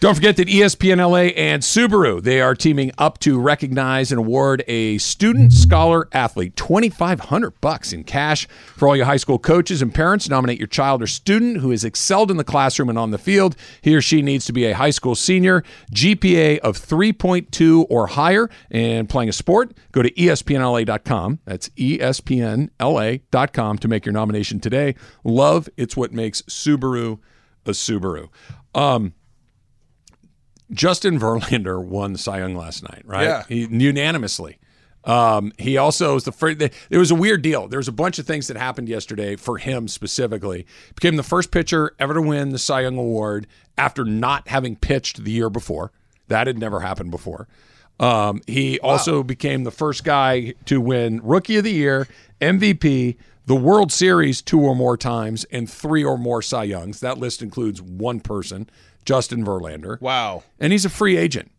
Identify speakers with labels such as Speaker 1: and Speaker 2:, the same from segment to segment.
Speaker 1: Don't forget that E ESPN LA and Subaru, they are teaming up to recognize and award a student scholar athlete 2500 bucks in cash for all your high school coaches and parents nominate your child or student who has excelled in the classroom and on the field. He or she needs to be a high school senior, GPA of 3.2 or higher and playing a sport. Go to E espnla.com. That's E espnla.com to make your nomination today. Love, it's what makes Subaru a Subaru. Um Justin Verlander won the Cy Young last night, right?
Speaker 2: Yeah.
Speaker 1: He, unanimously. Um, he also is the first. There was a weird deal. There was a bunch of things that happened yesterday for him specifically. Became the first pitcher ever to win the Cy Young Award after not having pitched the year before. That had never happened before. Um, he also became the first guy to win Rookie of the Year, MVP, the World Series two or more times, and three or more Cy Youngs. That list includes one person, Justin Verlander
Speaker 2: Wow.
Speaker 1: and he's a free agent.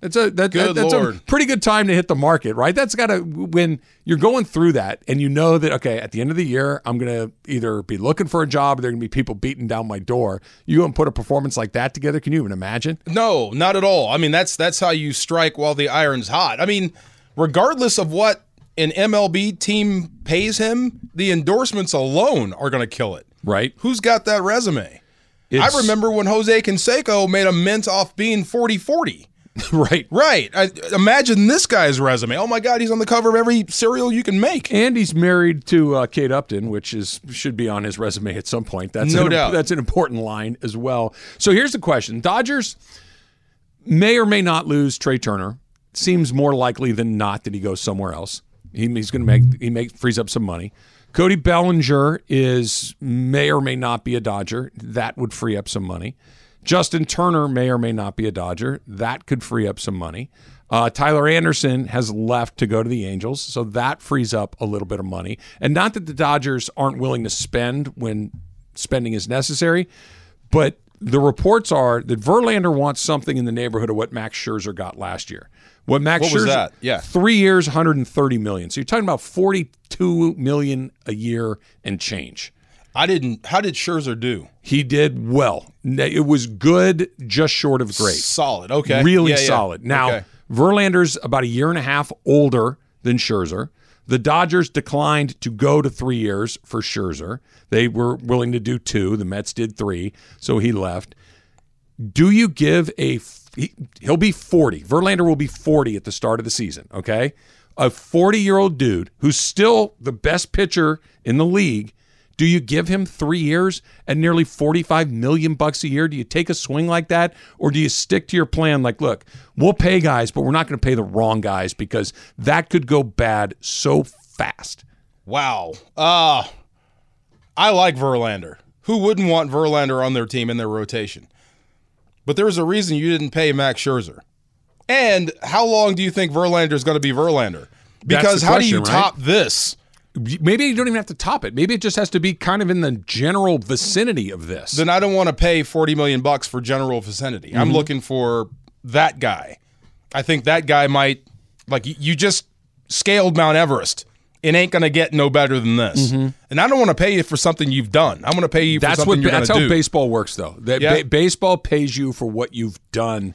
Speaker 1: That's a that,
Speaker 2: Good
Speaker 1: that- that's a
Speaker 2: Lord.
Speaker 1: pretty good time to hit the market, right? That's got to when you're going through that and you know that okay, at the end of the year, I'm gonna either be looking for a job or there are gonna be people beating down my door. You go and put a performance like that together. Can you even imagine?
Speaker 2: No, not at all. I mean, that's that's how you strike while the iron's hot. I mean, regardless of what an MLB team pays him, the endorsements alone are going to kill it.
Speaker 1: Right?
Speaker 2: Who's got that resume?
Speaker 1: It's-
Speaker 2: I remember when Jose Canseco made a mint off being 40-40.
Speaker 1: right?
Speaker 2: Right. I, imagine this guy's resume. Oh my God, he's on the cover of every cereal you can make.
Speaker 1: And he's married to uh, Kate Upton, which is should be on his resume at some point. That's
Speaker 2: No
Speaker 1: an,
Speaker 2: doubt.
Speaker 1: That's an important line as well. So here's the question: Dodgers may or may not lose Trey Turner. Seems more likely than not that he goes somewhere else. He, he's going to make he make frees up some money. Cody Bellinger is may or may not be a Dodger. That would free up some money. Justin Turner may or may not be a Dodger. That could free up some money. Uh, Tyler Anderson has left to go to the Angels, so that frees up a little bit of money. And not that the Dodgers aren't willing to spend when spending is necessary, but the reports are that Verlander wants something in the neighborhood of what Max Scherzer got last year. What Max
Speaker 2: What
Speaker 1: Scherzer,
Speaker 2: was that? Yeah.
Speaker 1: three years, 130 million. So you're talking about 42 million a year and change.
Speaker 2: I didn't. How did Scherzer do?
Speaker 1: He did well. It was good, just short of great.
Speaker 2: Solid. Okay.
Speaker 1: Really
Speaker 2: Yeah, yeah.
Speaker 1: solid. Now,
Speaker 2: Okay.
Speaker 1: Verlander's about a year and a half older than Scherzer. The Dodgers declined to go to three years for Scherzer. They were willing to do two. The Mets did three, so he left. Do you give a? f- He, he'll be forty. Verlander will be forty at the start of the season. Okay, a forty-year-old dude who's still the best pitcher in the league. Do you give him three years and nearly forty-five million bucks a year? Do you take a swing like that, or do you stick to your plan? Like, look, we'll pay guys, but we're not going to pay the wrong guys because that could go bad so fast.
Speaker 2: Wow. Uh I like Verlander. Who wouldn't want Verlander on their team in their rotation? But there's a reason you didn't pay Max Scherzer. And how long do you think Verlander is going to be Verlander?
Speaker 1: That's
Speaker 2: Because
Speaker 1: the
Speaker 2: how do
Speaker 1: question,
Speaker 2: you
Speaker 1: right?
Speaker 2: top this?
Speaker 1: Maybe you don't even have to top it. Maybe it just has to be kind of in the general vicinity of this.
Speaker 2: Then I don't want to pay 40 million bucks for general vicinity. I'm
Speaker 1: Mm-hmm.
Speaker 2: looking for that guy. I think that guy might like y- you just scaled Mount Everest. It ain't going to get no better than this. And I don't want to pay you for something you've done. I'm going to pay you for
Speaker 1: Mm-hmm. That's
Speaker 2: something
Speaker 1: what
Speaker 2: you're going
Speaker 1: that's
Speaker 2: to
Speaker 1: how
Speaker 2: do.
Speaker 1: baseball works though. That
Speaker 2: Yeah.
Speaker 1: ba- baseball pays you for what you've done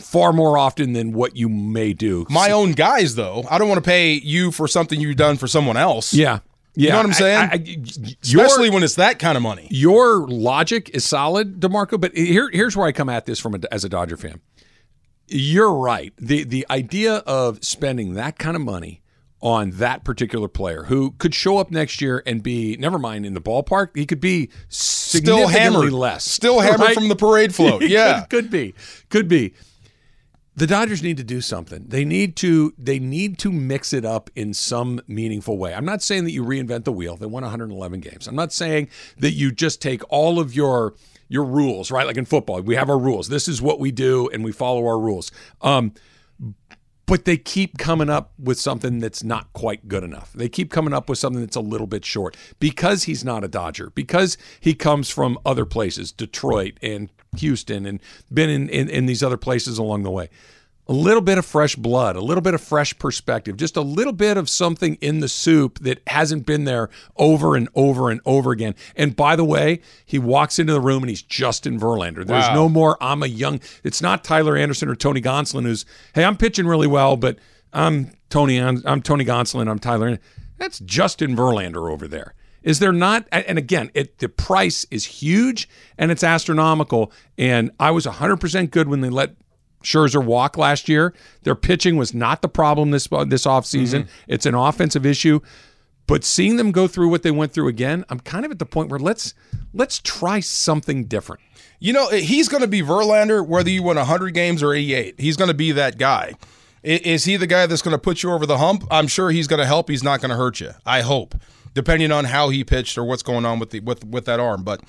Speaker 1: far more often than what you may do.
Speaker 2: my own guys though. I don't want to pay you for something you've done for someone else.
Speaker 1: yeah. Yeah.
Speaker 2: know what I'm
Speaker 1: I-
Speaker 2: saying?
Speaker 1: I- I- your-
Speaker 2: Especially when it's that kind of money.
Speaker 1: your logic is solid, DeMarco, but here, here's where I come at this from a, as a Dodger fan. You're right. The the idea of spending that kind of money on that particular player who could show up next year and be never mind in the ballpark, he could be
Speaker 2: Still
Speaker 1: significantly
Speaker 2: hammered
Speaker 1: less.
Speaker 2: Still hammered
Speaker 1: right?
Speaker 2: from the parade float.
Speaker 1: Could-
Speaker 2: Yeah.
Speaker 1: could, be, could be. the Dodgers need to do something. They need to they need to mix it up in some meaningful way. I'm not saying that you reinvent the wheel. They won 111 games. I'm not saying that you just take all of your your rules, right? Like in football, we have our rules. This is what we do and we follow our rules. Um but they keep coming up with something that's not quite good enough. They keep coming up with something that's a little bit short because he's not a Dodger, because he comes from other places, Detroit and Houston, and been in, in, in these other places along the way. A little bit of fresh blood, a little bit of fresh perspective, just a little bit of something in the soup that hasn't been there over and over and over again. And by the way, he walks into the room and he's Justin Verlander. There's
Speaker 2: Wow.
Speaker 1: no no more I'm a young. It's not Tyler Anderson or Tony Gonsolin who's hey I'm pitching really well, but I'm Tony I'm, I'm Tony Gonsolin. I'm Tyler. An-" That's Justin Verlander over there. Is there not? a- And again, it the price is huge and it's astronomical. And I was 100% good when they let Scherzer walk last year. Their pitching was not the problem this uh, this offseason. It's an offensive issue. But seeing them go through what they went through again, I'm kind of at the point where let's let's try something different.
Speaker 2: You know, eh, he's going to be Verlander whether you win 100 games or 88. He's going to be that guy. I- Is he the guy that's going to put you over the hump? I'm sure he's going to help. He's not going to hurt you. I hope, depending on how he pitched or what's going on with the with with that arm. But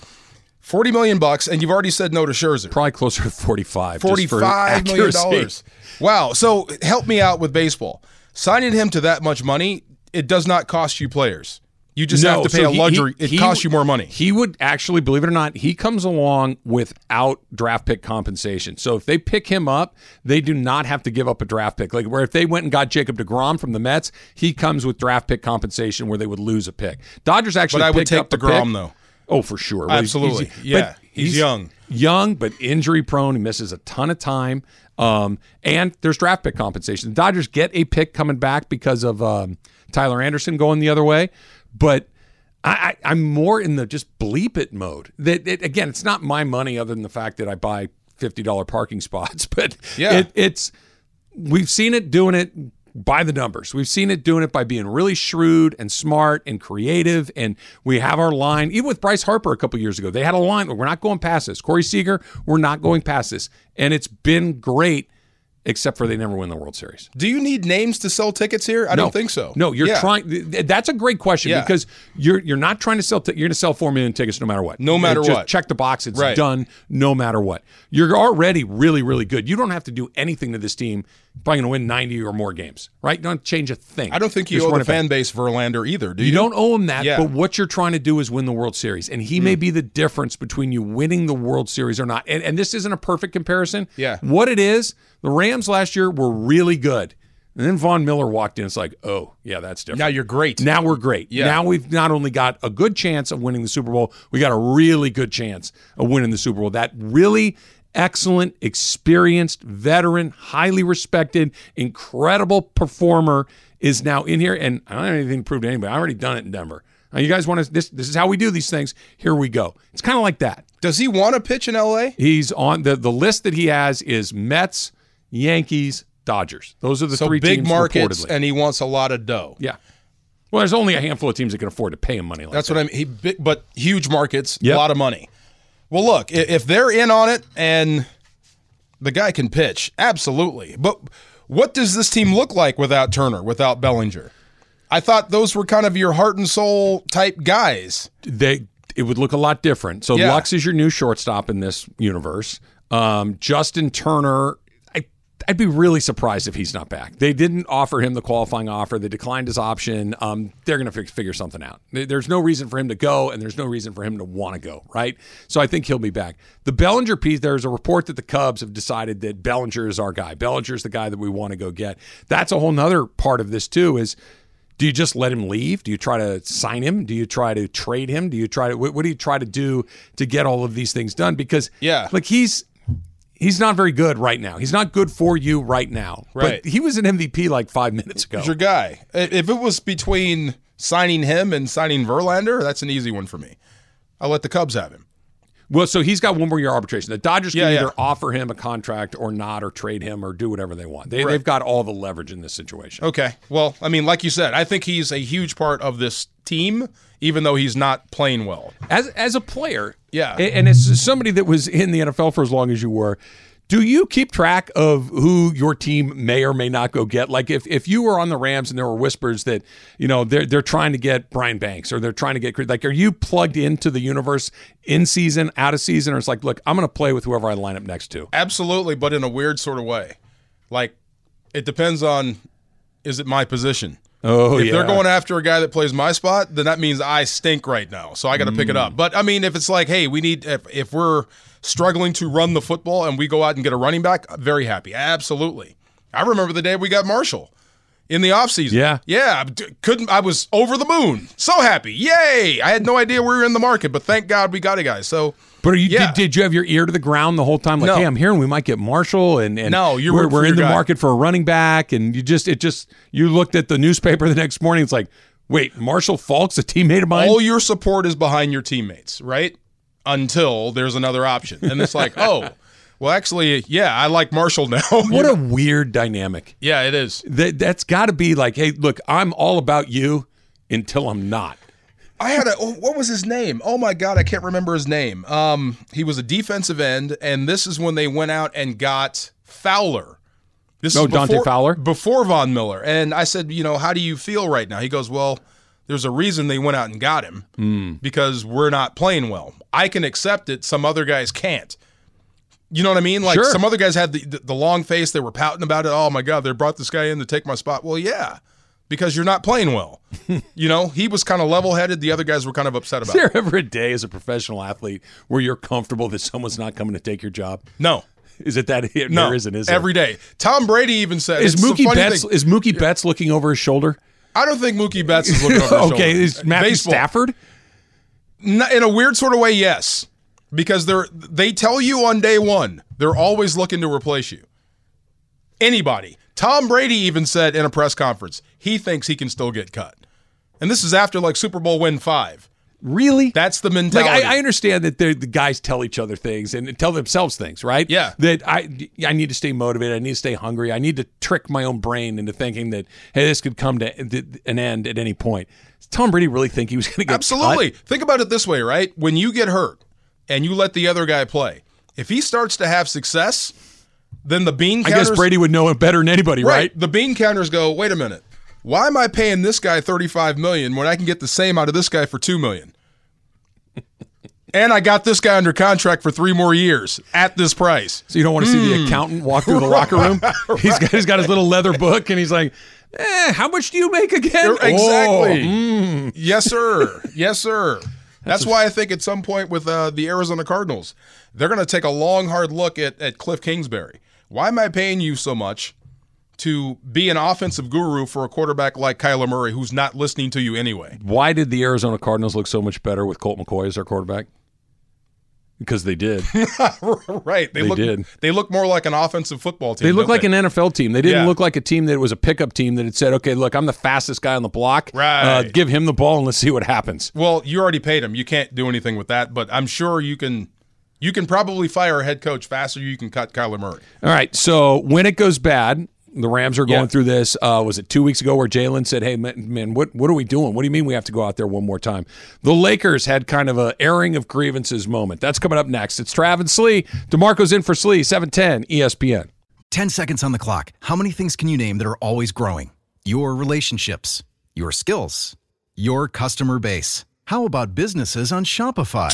Speaker 2: 40 million bucks, and you've already said no to Scherzer.
Speaker 1: probably closer to 45 just for
Speaker 2: Forty-five million
Speaker 1: accuracy.
Speaker 2: dollars. Wow. So help me out with baseball. Signing him to that much money, it does not cost you players. You just have to pay
Speaker 1: so
Speaker 2: a
Speaker 1: he-
Speaker 2: luxury.
Speaker 1: he-
Speaker 2: it
Speaker 1: he-
Speaker 2: costs you more money.
Speaker 1: He would actually, believe it or not, he comes along without draft pick compensation. So if they pick him up, they do not have to give up a draft pick. Like where if they went and got Jacob DeGrom from the Mets, he comes with draft pick compensation where they would lose a pick. Dodgers actually
Speaker 2: But I would
Speaker 1: picked
Speaker 2: take
Speaker 1: up the
Speaker 2: DeGrom,
Speaker 1: pick.
Speaker 2: though.
Speaker 1: Oh, for sure. Well, he's-
Speaker 2: Absolutely.
Speaker 1: but
Speaker 2: Yeah, he's young.
Speaker 1: Young, but injury prone. He misses a ton of time. Um, and there's draft pick compensation. The Dodgers get a pick coming back because of um, Tyler Anderson going the other way. But I, I, I'm more in the just bleep it mode. That it, again, it's not my money other than the fact that I buy $50 parking spots. But
Speaker 2: Yeah.
Speaker 1: it, it's we've seen it doing it by the numbers. We've seen it doing it by being really shrewd and smart and creative. And we have our line, even with Bryce Harper a couple years ago, they had a line, we're not going past this. Corey Seager, we're not going past this. And it's been great, except for they never win the World Series.
Speaker 2: Do you need names to sell tickets here? I don't think so.
Speaker 1: No, you're
Speaker 2: Yeah.
Speaker 1: trying. th- th- That's a great question
Speaker 2: Yeah.
Speaker 1: because you're you're not trying to sell. T- you're going to sell four million tickets no matter what.
Speaker 2: No matter
Speaker 1: It just
Speaker 2: what.
Speaker 1: Check the box. It's
Speaker 2: Right.
Speaker 1: done no matter what. You're already really really good. You don't have to do anything to this team. Probably going to win ninety or more games. Right? You don't have to change a thing.
Speaker 2: I don't think you
Speaker 1: Just
Speaker 2: owe
Speaker 1: run
Speaker 2: the
Speaker 1: it back.
Speaker 2: fan base Verlander either. Do you?
Speaker 1: You don't owe him that,
Speaker 2: Yeah. Mm.
Speaker 1: but what you're trying to do is win the World Series. And he may be the difference between you winning the World Series or not. And, and this isn't a perfect comparison.
Speaker 2: Yeah.
Speaker 1: What it is, the Rams last year were really good. And then Von Miller walked in. It's like, oh, yeah, that's different.
Speaker 2: Now you're great.
Speaker 1: Now we're great.
Speaker 2: Yeah.
Speaker 1: Now we've not only got a good chance of winning the Super Bowl, we got a really good chance of winning the Super Bowl. That really excellent, experienced, veteran, highly respected, incredible performer is now in here. And I don't have anything to prove to anybody. I've already done it in Denver. Now, you guys want to, this, this is how we do these things. Here we go. It's kind of like that.
Speaker 2: Does he want to pitch in L.A.?
Speaker 1: He's on the, the list that he has is Mets, Yankees, Dodgers. Those are the
Speaker 2: So
Speaker 1: three
Speaker 2: big
Speaker 1: teams
Speaker 2: markets,
Speaker 1: reportedly.
Speaker 2: and he wants a lot of dough.
Speaker 1: yeah. Well, there's only a handful of teams that can afford to pay him money like
Speaker 2: That's what I mean. He, bi- but huge markets,
Speaker 1: Yep.
Speaker 2: a lot of money. Well, look, i- if they're in on it and the guy can pitch, absolutely. But what does this team look like without Turner, without Bellinger? I thought those were kind of your heart and soul type guys.
Speaker 1: they it would look a lot different. So
Speaker 2: Yeah.
Speaker 1: Lux is your new shortstop in this universe. Um, Justin Turner, I I'd be really surprised if he's not back. They didn't offer him the qualifying offer. They declined his option. Um, they're going to fig- figure something out. There- There's no reason for him to go, and there's no reason for him to want to go. Right. So I think he'll be back. The Bellinger piece. There's a report that the Cubs have decided that Bellinger is our guy. Bellinger's the guy that we want to go get. That's a whole nother part of this too. Is do you just let him leave? Do you try to sign him? Do you try to trade him? Do you try to what, what do you try to do to get all of these things done? Because
Speaker 2: Yeah.
Speaker 1: like he's he's not very good right now. He's not good for you right now.
Speaker 2: Right.
Speaker 1: But he was an MVP like five minutes ago.
Speaker 2: He's your guy. I- If it was between signing him and signing Verlander, that's an easy one for me. I'll let the Cubs have him.
Speaker 1: Well, so he's got one more year arbitration. The Dodgers can
Speaker 2: Yeah, yeah.
Speaker 1: either offer him a contract or not, or trade him, or do whatever they want. They, They've got all the leverage in this situation.
Speaker 2: Okay. Well, I mean, like you said, I think he's a huge part of this team, even though he's not playing well.
Speaker 1: as as a player,
Speaker 2: Yeah.
Speaker 1: a- and, as somebody that was in the NFL for as long as you were, Do you keep track of who your team may or may not go get? Like if, if you were on the Rams and there were whispers that, you know, they're they're trying to get Brian Banks or they're trying to get like are you plugged into the universe in season, out of season, or it's like, look, I'm gonna play with whoever I line up next to.
Speaker 2: Absolutely, but in a weird sort of way. Like it depends on is it my position?
Speaker 1: Oh
Speaker 2: if
Speaker 1: yeah.
Speaker 2: they're going after a guy that plays my spot, then that means I stink right now. So I got to pick it
Speaker 1: Mm.
Speaker 2: up. But I mean, if it's like, hey, we need if, if we're struggling to run the football and we go out and get a running back, I'm very happy. Absolutely. I remember the day we got Marshall in the offseason.
Speaker 1: Yeah.
Speaker 2: Yeah, I d- couldn't I was over the moon. So happy. Yay! I had no idea we were in the market, but thank God we got a guy. So
Speaker 1: But are you
Speaker 2: Yeah.
Speaker 1: did, did you have your ear to the ground the whole time? Like,
Speaker 2: No.
Speaker 1: hey, I'm hearing we might get Marshall, and, and
Speaker 2: No, you
Speaker 1: we're,
Speaker 2: root for
Speaker 1: we're in
Speaker 2: your
Speaker 1: the
Speaker 2: guy.
Speaker 1: market for a running back, and you just it just you looked at the newspaper the next morning. It's like, wait, Marshall Falk's a teammate of mine.
Speaker 2: all your support is behind your teammates, right? Until there's another option. And it's like, oh, well, actually, yeah, I like Marshall now.
Speaker 1: what a weird dynamic.
Speaker 2: yeah, it is.
Speaker 1: That that's got to be like, hey, look, I'm all about you until I'm not.
Speaker 2: I had a oh, what was his name? Oh my god, I can't remember his name. Um, he was a defensive end, and this is when they went out and got Fowler. This
Speaker 1: Oh,
Speaker 2: is
Speaker 1: Dante
Speaker 2: before-
Speaker 1: Fowler?
Speaker 2: before Von Miller, and I said, you know, how do you feel right now? He goes, well, there's a reason they went out and got him
Speaker 1: Hmm.
Speaker 2: because we're not playing well. I can accept it; some other guys can't. You know what I mean? Like
Speaker 1: Sure.
Speaker 2: some other guys had the, the the long face; they were pouting about it. Oh my god, they brought this guy in to take my spot. Well, yeah, because you're not playing well. You know, he was kind of level headed. The other guys were kind of upset
Speaker 1: Is
Speaker 2: about it.
Speaker 1: there ever a day as a professional athlete where you're comfortable that someone's not coming to take your job?
Speaker 2: No,
Speaker 1: Is it that
Speaker 2: no,
Speaker 1: there isn't? Is there?
Speaker 2: every day. Tom Brady even said,
Speaker 1: is
Speaker 2: it's the
Speaker 1: Mookie
Speaker 2: funny
Speaker 1: Betts
Speaker 2: thing.
Speaker 1: is Mookie Betts looking over his shoulder?
Speaker 2: I don't think Mookie Betts is looking over his
Speaker 1: okay,
Speaker 2: shoulder.
Speaker 1: is Matthew
Speaker 2: Baseball.
Speaker 1: Stafford?
Speaker 2: No, in a weird sort of way, yes, because they're they tell you on day one they're always looking to replace you. Anybody. Tom Brady even said in a press conference he thinks he can still get cut, and this is after like Super Bowl win five.
Speaker 1: Really?
Speaker 2: That's the
Speaker 1: Like
Speaker 2: mentality.
Speaker 1: I, I understand that they're- the guys tell each other things and tell themselves things, right?
Speaker 2: Yeah.
Speaker 1: That I I need to stay motivated. I need to stay hungry. I need to trick my own brain into thinking that hey, this could come to th- an end at any point. Does Tom Brady really think he was going to get
Speaker 2: Absolutely. Think about it this way, right? When you get hurt and you let the other guy play, if he starts to have success, then the bean
Speaker 1: cut? I
Speaker 2: counters
Speaker 1: guess Brady would know it better than anybody, right?
Speaker 2: The bean counters go, "Wait a minute. Why am I paying this guy 35 million when I can get the same out of this guy for 2 million?" and I got this guy under contract for 3 more years at this price.
Speaker 1: So you don't want to
Speaker 2: Hmm.
Speaker 1: see the accountant walk through the locker room. He's got, he's got his little leather book and he's like, eh, "How much do you make again?"
Speaker 2: Exactly.
Speaker 1: Oh,
Speaker 2: Yes, sir. yes, sir. That's why I think at some point with uh, the Arizona Cardinals, they're going to take a long, hard look at, at Cliff Kingsbury. Why am I paying you so much to be an offensive guru for a quarterback like Kyler Murray who's not listening to you anyway?
Speaker 1: Why did the Arizona Cardinals look so much better with Colt McCoy as their quarterback? Because they did.
Speaker 2: right. They, look
Speaker 1: did.
Speaker 2: they look more like an offensive football team.
Speaker 1: They look
Speaker 2: don't
Speaker 1: like an NFL team. They didn't
Speaker 2: Yeah.
Speaker 1: look like a team that was a pickup team that had said, "Okay, look, I'm the fastest guy on the block. Uh,
Speaker 2: Right.
Speaker 1: give him the ball and let's see what happens."
Speaker 2: Well, you already paid him. You can't do anything with that, but I'm sure you can you can probably fire a head coach faster you can cut Kyler Murray.
Speaker 1: All right. So when it goes bad, the Rams are going
Speaker 2: Yeah.
Speaker 1: through this. Uh, was it two weeks ago where Jalen said, "Hey, man, man, what what are we doing? What do you mean we have to go out there one more time?" The Lakers had kind of a airing of grievances moment. That's coming up next. It's Travis Slee. Demarco's in for Slee. Seven ten E ESPN.
Speaker 3: 10 seconds on the clock. How many things can you name that are always growing? Your relationships, your skills, your customer base. How about businesses on Shopify?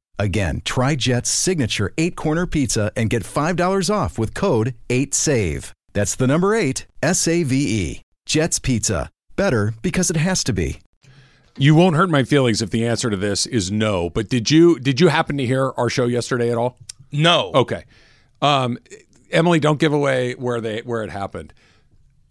Speaker 3: Again, try Jet's signature eight corner pizza and get $5 off with code 8SAVE. That's the number eight, S A V E. Jet's Pizza. better because it has to be.
Speaker 1: You won't hurt my feelings if the answer to this is no. But did you did you happen to hear our show yesterday at all?
Speaker 2: No.
Speaker 1: Okay. Um, Emily, don't give away where they where it happened.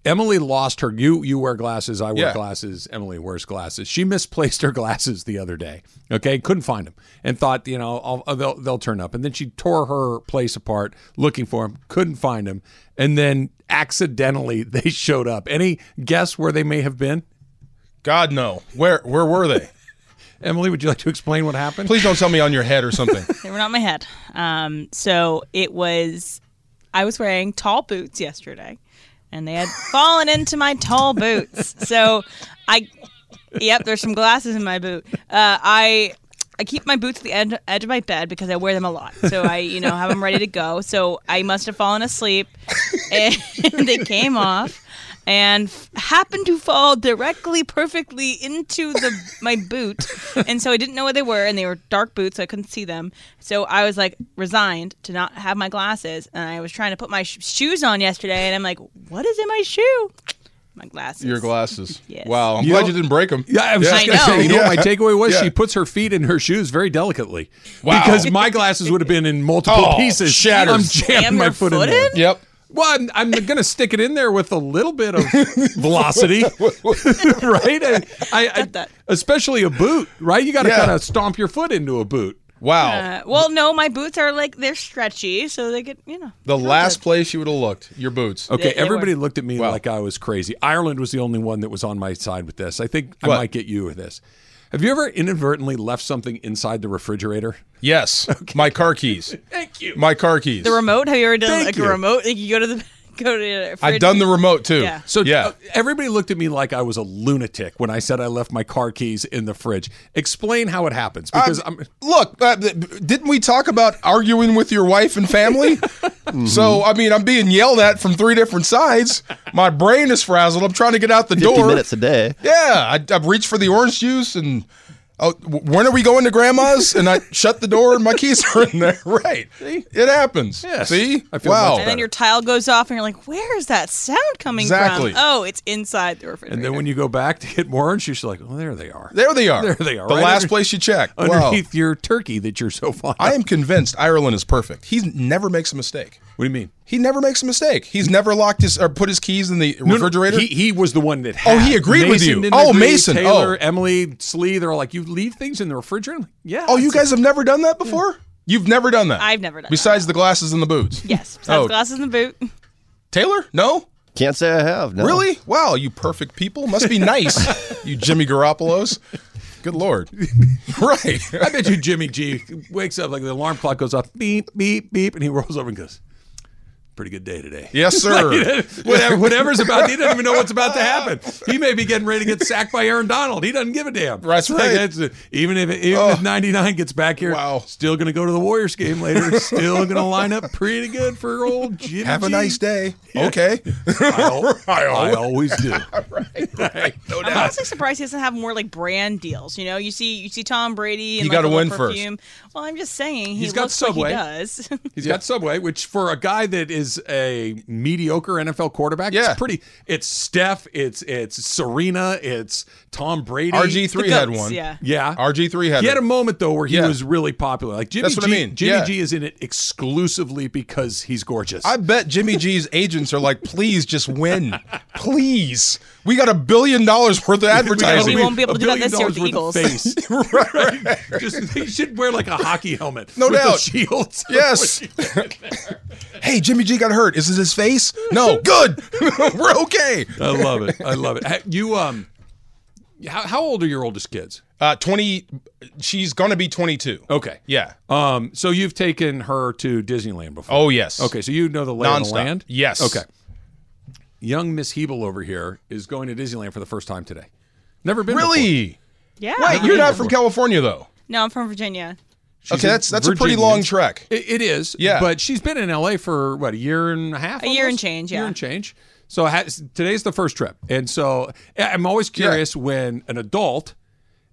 Speaker 1: Emily lost her. You you wear glasses. I wear
Speaker 2: Yeah.
Speaker 1: glasses. Emily wears glasses. She misplaced her glasses the other day. Okay, couldn't find them and thought you know I'll, I'll- they'll they'll turn up. And then she tore her place apart looking for them. Couldn't find them. And then accidentally they showed up. Any guess where they may have been?
Speaker 2: God no. Where where were they?
Speaker 1: Emily, would you like to explain what happened?
Speaker 2: Please don't tell me on your head or something.
Speaker 4: They were not in my head. Um, so it was, I was wearing tall boots yesterday, and they had fallen into my tall boots. So I, yep, there's some glasses in my boot. Uh, I. I keep my boots at the edge, edge of my bed because I wear them a lot. So I, you know, have them ready to go. So I must have fallen asleep, and they came off, and f- happened to fall directly, perfectly into the my boot. And so I didn't know what they were, and they were dark boots, so I couldn't see them. So I was like resigned to not have my glasses, and I was trying to put my sh- shoes on yesterday, and I'm like, what is in my shoe? My glasses.
Speaker 2: Your glasses.
Speaker 4: Yes.
Speaker 2: Wow. I'm
Speaker 1: You
Speaker 2: glad
Speaker 1: don't-
Speaker 2: you didn't break them.
Speaker 1: Yeah, I was just
Speaker 4: I
Speaker 1: going to
Speaker 4: know.
Speaker 1: say, you know what my takeaway was?
Speaker 2: Yeah.
Speaker 1: She puts her feet in her shoes very delicately.
Speaker 2: Wow.
Speaker 1: Because my glasses would have been in multiple
Speaker 2: Oh,
Speaker 1: pieces.
Speaker 2: shattered.
Speaker 1: I'm jamming
Speaker 4: Jam
Speaker 1: my
Speaker 4: your
Speaker 1: foot,
Speaker 4: foot
Speaker 1: in there.
Speaker 4: in?
Speaker 2: Yep.
Speaker 1: Well, I'm, I'm going to stick it in there with a little bit of velocity, right? I, I, I,
Speaker 4: that.
Speaker 1: especially a boot, right? You got to
Speaker 2: Yeah.
Speaker 1: kind of stomp your foot into a boot.
Speaker 2: Wow.
Speaker 4: Uh, well, no, my boots are like they're stretchy, so they get you know.
Speaker 2: the last place you would have looked, your boots.
Speaker 1: Okay,
Speaker 4: They- they
Speaker 1: everybody
Speaker 4: were-
Speaker 1: looked at me like I was crazy. Ireland was the only one that was on my side with this. I think I
Speaker 2: What?
Speaker 1: might get you with this. Have you ever inadvertently left something inside the refrigerator?
Speaker 2: Yes. My car keys.
Speaker 1: Thank you.
Speaker 2: My car keys.
Speaker 4: The remote? Have you ever done
Speaker 1: Thank
Speaker 4: like
Speaker 1: you.
Speaker 4: a remote? Like you go to the go to the fridge.
Speaker 2: I've done the remote too.
Speaker 4: Yeah.
Speaker 1: So
Speaker 2: yeah.
Speaker 1: uh, everybody looked at me like I was a lunatic when I said I left my car keys in the fridge. Explain how it happens because I'm
Speaker 2: Look, uh, th- didn't we talk about arguing with your wife and family? So, I mean, I'm being yelled at from three different sides. My brain is frazzled. I'm trying to get out the
Speaker 5: 50
Speaker 2: door.
Speaker 5: minutes a day.
Speaker 2: Yeah, I, I reached for the orange juice and. Oh, w- when are we going to grandma's? And I shut the door and my keys are in there. Right. It happens.
Speaker 1: Yes.
Speaker 2: See?
Speaker 1: I feel
Speaker 2: wow.
Speaker 1: much
Speaker 4: And then your tile goes off, and you're like, "Where is that sound coming
Speaker 2: Exactly.
Speaker 4: from?" Oh, it's inside the refrigerator.
Speaker 1: and then when you go back to get more orange, juice, you're like, oh, there they are.
Speaker 2: There they are.
Speaker 1: There they are.
Speaker 2: The
Speaker 1: right
Speaker 2: last
Speaker 1: under-
Speaker 2: place you check. Wow.
Speaker 1: underneath your turkey that you're so fond.
Speaker 2: I
Speaker 1: of.
Speaker 2: am convinced Ireland is perfect. He never makes a mistake.
Speaker 1: What do you mean?
Speaker 2: He never makes a mistake. He's never locked his or put his keys in the
Speaker 1: No, no,
Speaker 2: refrigerator.
Speaker 1: He, he was the one that.
Speaker 2: Oh,
Speaker 1: had.
Speaker 2: he agreed with
Speaker 1: Mason
Speaker 2: you.
Speaker 1: didn't
Speaker 2: Oh,
Speaker 1: agree,
Speaker 2: Mason. Oh.
Speaker 1: Taylor, Emily, Slee. They're all like, you leave things in the refrigerator. I'm like, yeah.
Speaker 2: oh, you
Speaker 1: that's-
Speaker 2: guys have never done that before? You've never done that.
Speaker 4: I've never done that.
Speaker 2: Besides the glasses and the boots.
Speaker 4: yes, besides
Speaker 2: Oh,
Speaker 4: glasses in the boot.
Speaker 2: Taylor? No?
Speaker 5: Can't say I have. No.
Speaker 2: Really? Wow, you perfect people. Must be nice, you Jimmy Garoppolo's. Good lord. right.
Speaker 1: I bet you Jimmy G wakes up like the alarm clock goes off, beep beep beep, and he rolls over and goes, "Pretty good day today."
Speaker 2: Yes, sir.
Speaker 1: Whatever, whatever's about, he doesn't even know what's about to happen. He may be getting ready to get sacked by Aaron Donald. He doesn't give a damn.
Speaker 2: That's
Speaker 1: Like,
Speaker 2: right. Oh.
Speaker 1: even if even if ninety nine gets back here,
Speaker 2: Wow.
Speaker 1: still going to go to the Warriors game later. Still going to line up pretty good for old Jimmy.
Speaker 2: Have a
Speaker 1: G.
Speaker 2: nice day. Okay.
Speaker 1: I, al- I always do.
Speaker 4: I'm honestly surprised he doesn't have more like brand deals. You know, you see, you see Tom Brady. And,
Speaker 2: You
Speaker 4: like,
Speaker 2: gotta
Speaker 4: a little
Speaker 2: win first.
Speaker 4: perfume. Well, I'm just saying he
Speaker 1: He's got
Speaker 4: looks
Speaker 1: Subway.
Speaker 4: Like he does.
Speaker 1: He's got Subway, which for a guy that is a mediocre NFL quarterback,
Speaker 2: Yeah.
Speaker 1: it's pretty. It's Steph, it's it's Serena, it's Tom Brady.
Speaker 2: RG3
Speaker 4: The
Speaker 2: had
Speaker 4: goats,
Speaker 2: one.
Speaker 4: Yeah.
Speaker 1: Yeah.
Speaker 2: RG3 had
Speaker 1: He had a
Speaker 2: it.
Speaker 1: moment though where he
Speaker 2: Yeah.
Speaker 1: was really popular. Like Jimmy
Speaker 2: That's what I
Speaker 1: G,
Speaker 2: mean.
Speaker 1: Jimmy
Speaker 2: Yeah.
Speaker 1: G is in it exclusively because he's gorgeous.
Speaker 2: I bet Jimmy G's agents are like, please just win. Please. We got a billion dollars worth of
Speaker 4: We
Speaker 2: advertising.
Speaker 4: won't be able
Speaker 1: A
Speaker 4: to do that
Speaker 1: billion
Speaker 4: this year
Speaker 1: dollars
Speaker 4: with the
Speaker 1: worth of Face. Right. Just he should wear like a hockey helmet.
Speaker 2: No
Speaker 1: with the
Speaker 2: doubt.
Speaker 1: shields.
Speaker 2: Yes. hey, Jimmy G got hurt. Is it his face? No. Good. We're okay.
Speaker 1: I love it. I love it. Ha- You um how, how old are your oldest kids?
Speaker 2: Uh, 20. She's going to be 22.
Speaker 1: Okay.
Speaker 2: Yeah.
Speaker 1: Um, so you've taken her to Disneyland before.
Speaker 2: Oh, yes.
Speaker 1: Okay, so you know the lay of the
Speaker 2: Nonstop.
Speaker 1: land.
Speaker 2: Yes.
Speaker 1: Okay. Young Miss Hebel over here is going to Disneyland for the first time today. Never been. before.
Speaker 2: Really?
Speaker 4: Yeah.
Speaker 2: Wait, you're not from California, though.
Speaker 4: No, I'm from Virginia.
Speaker 1: She's
Speaker 2: okay,
Speaker 1: in
Speaker 2: that's that's a pretty
Speaker 1: Virginia.
Speaker 2: long trek.
Speaker 1: It, it is.
Speaker 2: Yeah.
Speaker 1: But she's been in LA for what a year and a half.
Speaker 4: A year
Speaker 1: almost?
Speaker 4: and change,
Speaker 1: Year
Speaker 4: yeah.
Speaker 1: and change. So ha- today's the first trip, and so I- I'm always curious when an adult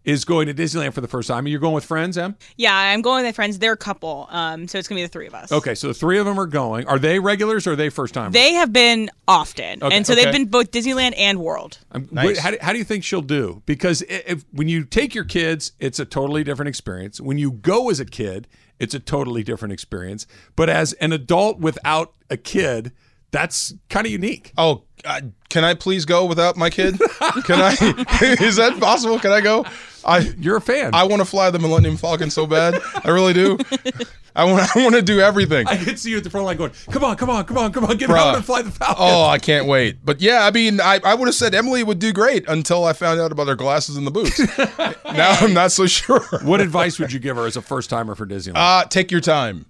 Speaker 1: is going to Disneyland for the first time. You're going with friends, Em?
Speaker 4: Yeah, I'm going with friends. They're a couple, um, so it's gonna be the three of us.
Speaker 1: Okay, so the three of them are going. Are they regulars or are they first timers?
Speaker 4: They have been often,
Speaker 1: Okay,
Speaker 4: and so
Speaker 1: okay.
Speaker 4: they've been both Disneyland and World.
Speaker 1: I'm,
Speaker 2: Nice.
Speaker 1: wait, how, do, how do you think she'll do? Because i- if, when you take your kids, it's a totally different experience. When you go as a kid, it's a totally different experience. But as an adult without a kid, that's kind of unique.
Speaker 2: Oh, uh, can I please go without my kid? Can I? is that possible? Can I go? I
Speaker 1: You're a fan.
Speaker 2: I want to fly the Millennium Falcon so bad. I really do. I want I want to do everything.
Speaker 1: I could see you at the front line going, "Come on, come on, come on, come on, get
Speaker 2: Bruh.
Speaker 1: out and fly the Falcon."
Speaker 2: Oh, I can't wait. But yeah, I mean, I, I would have said Emily would do great until I found out about her glasses and the boots. now I'm not so sure.
Speaker 1: What advice would you give her as a first timer for Disneyland?
Speaker 2: Uh, take your time.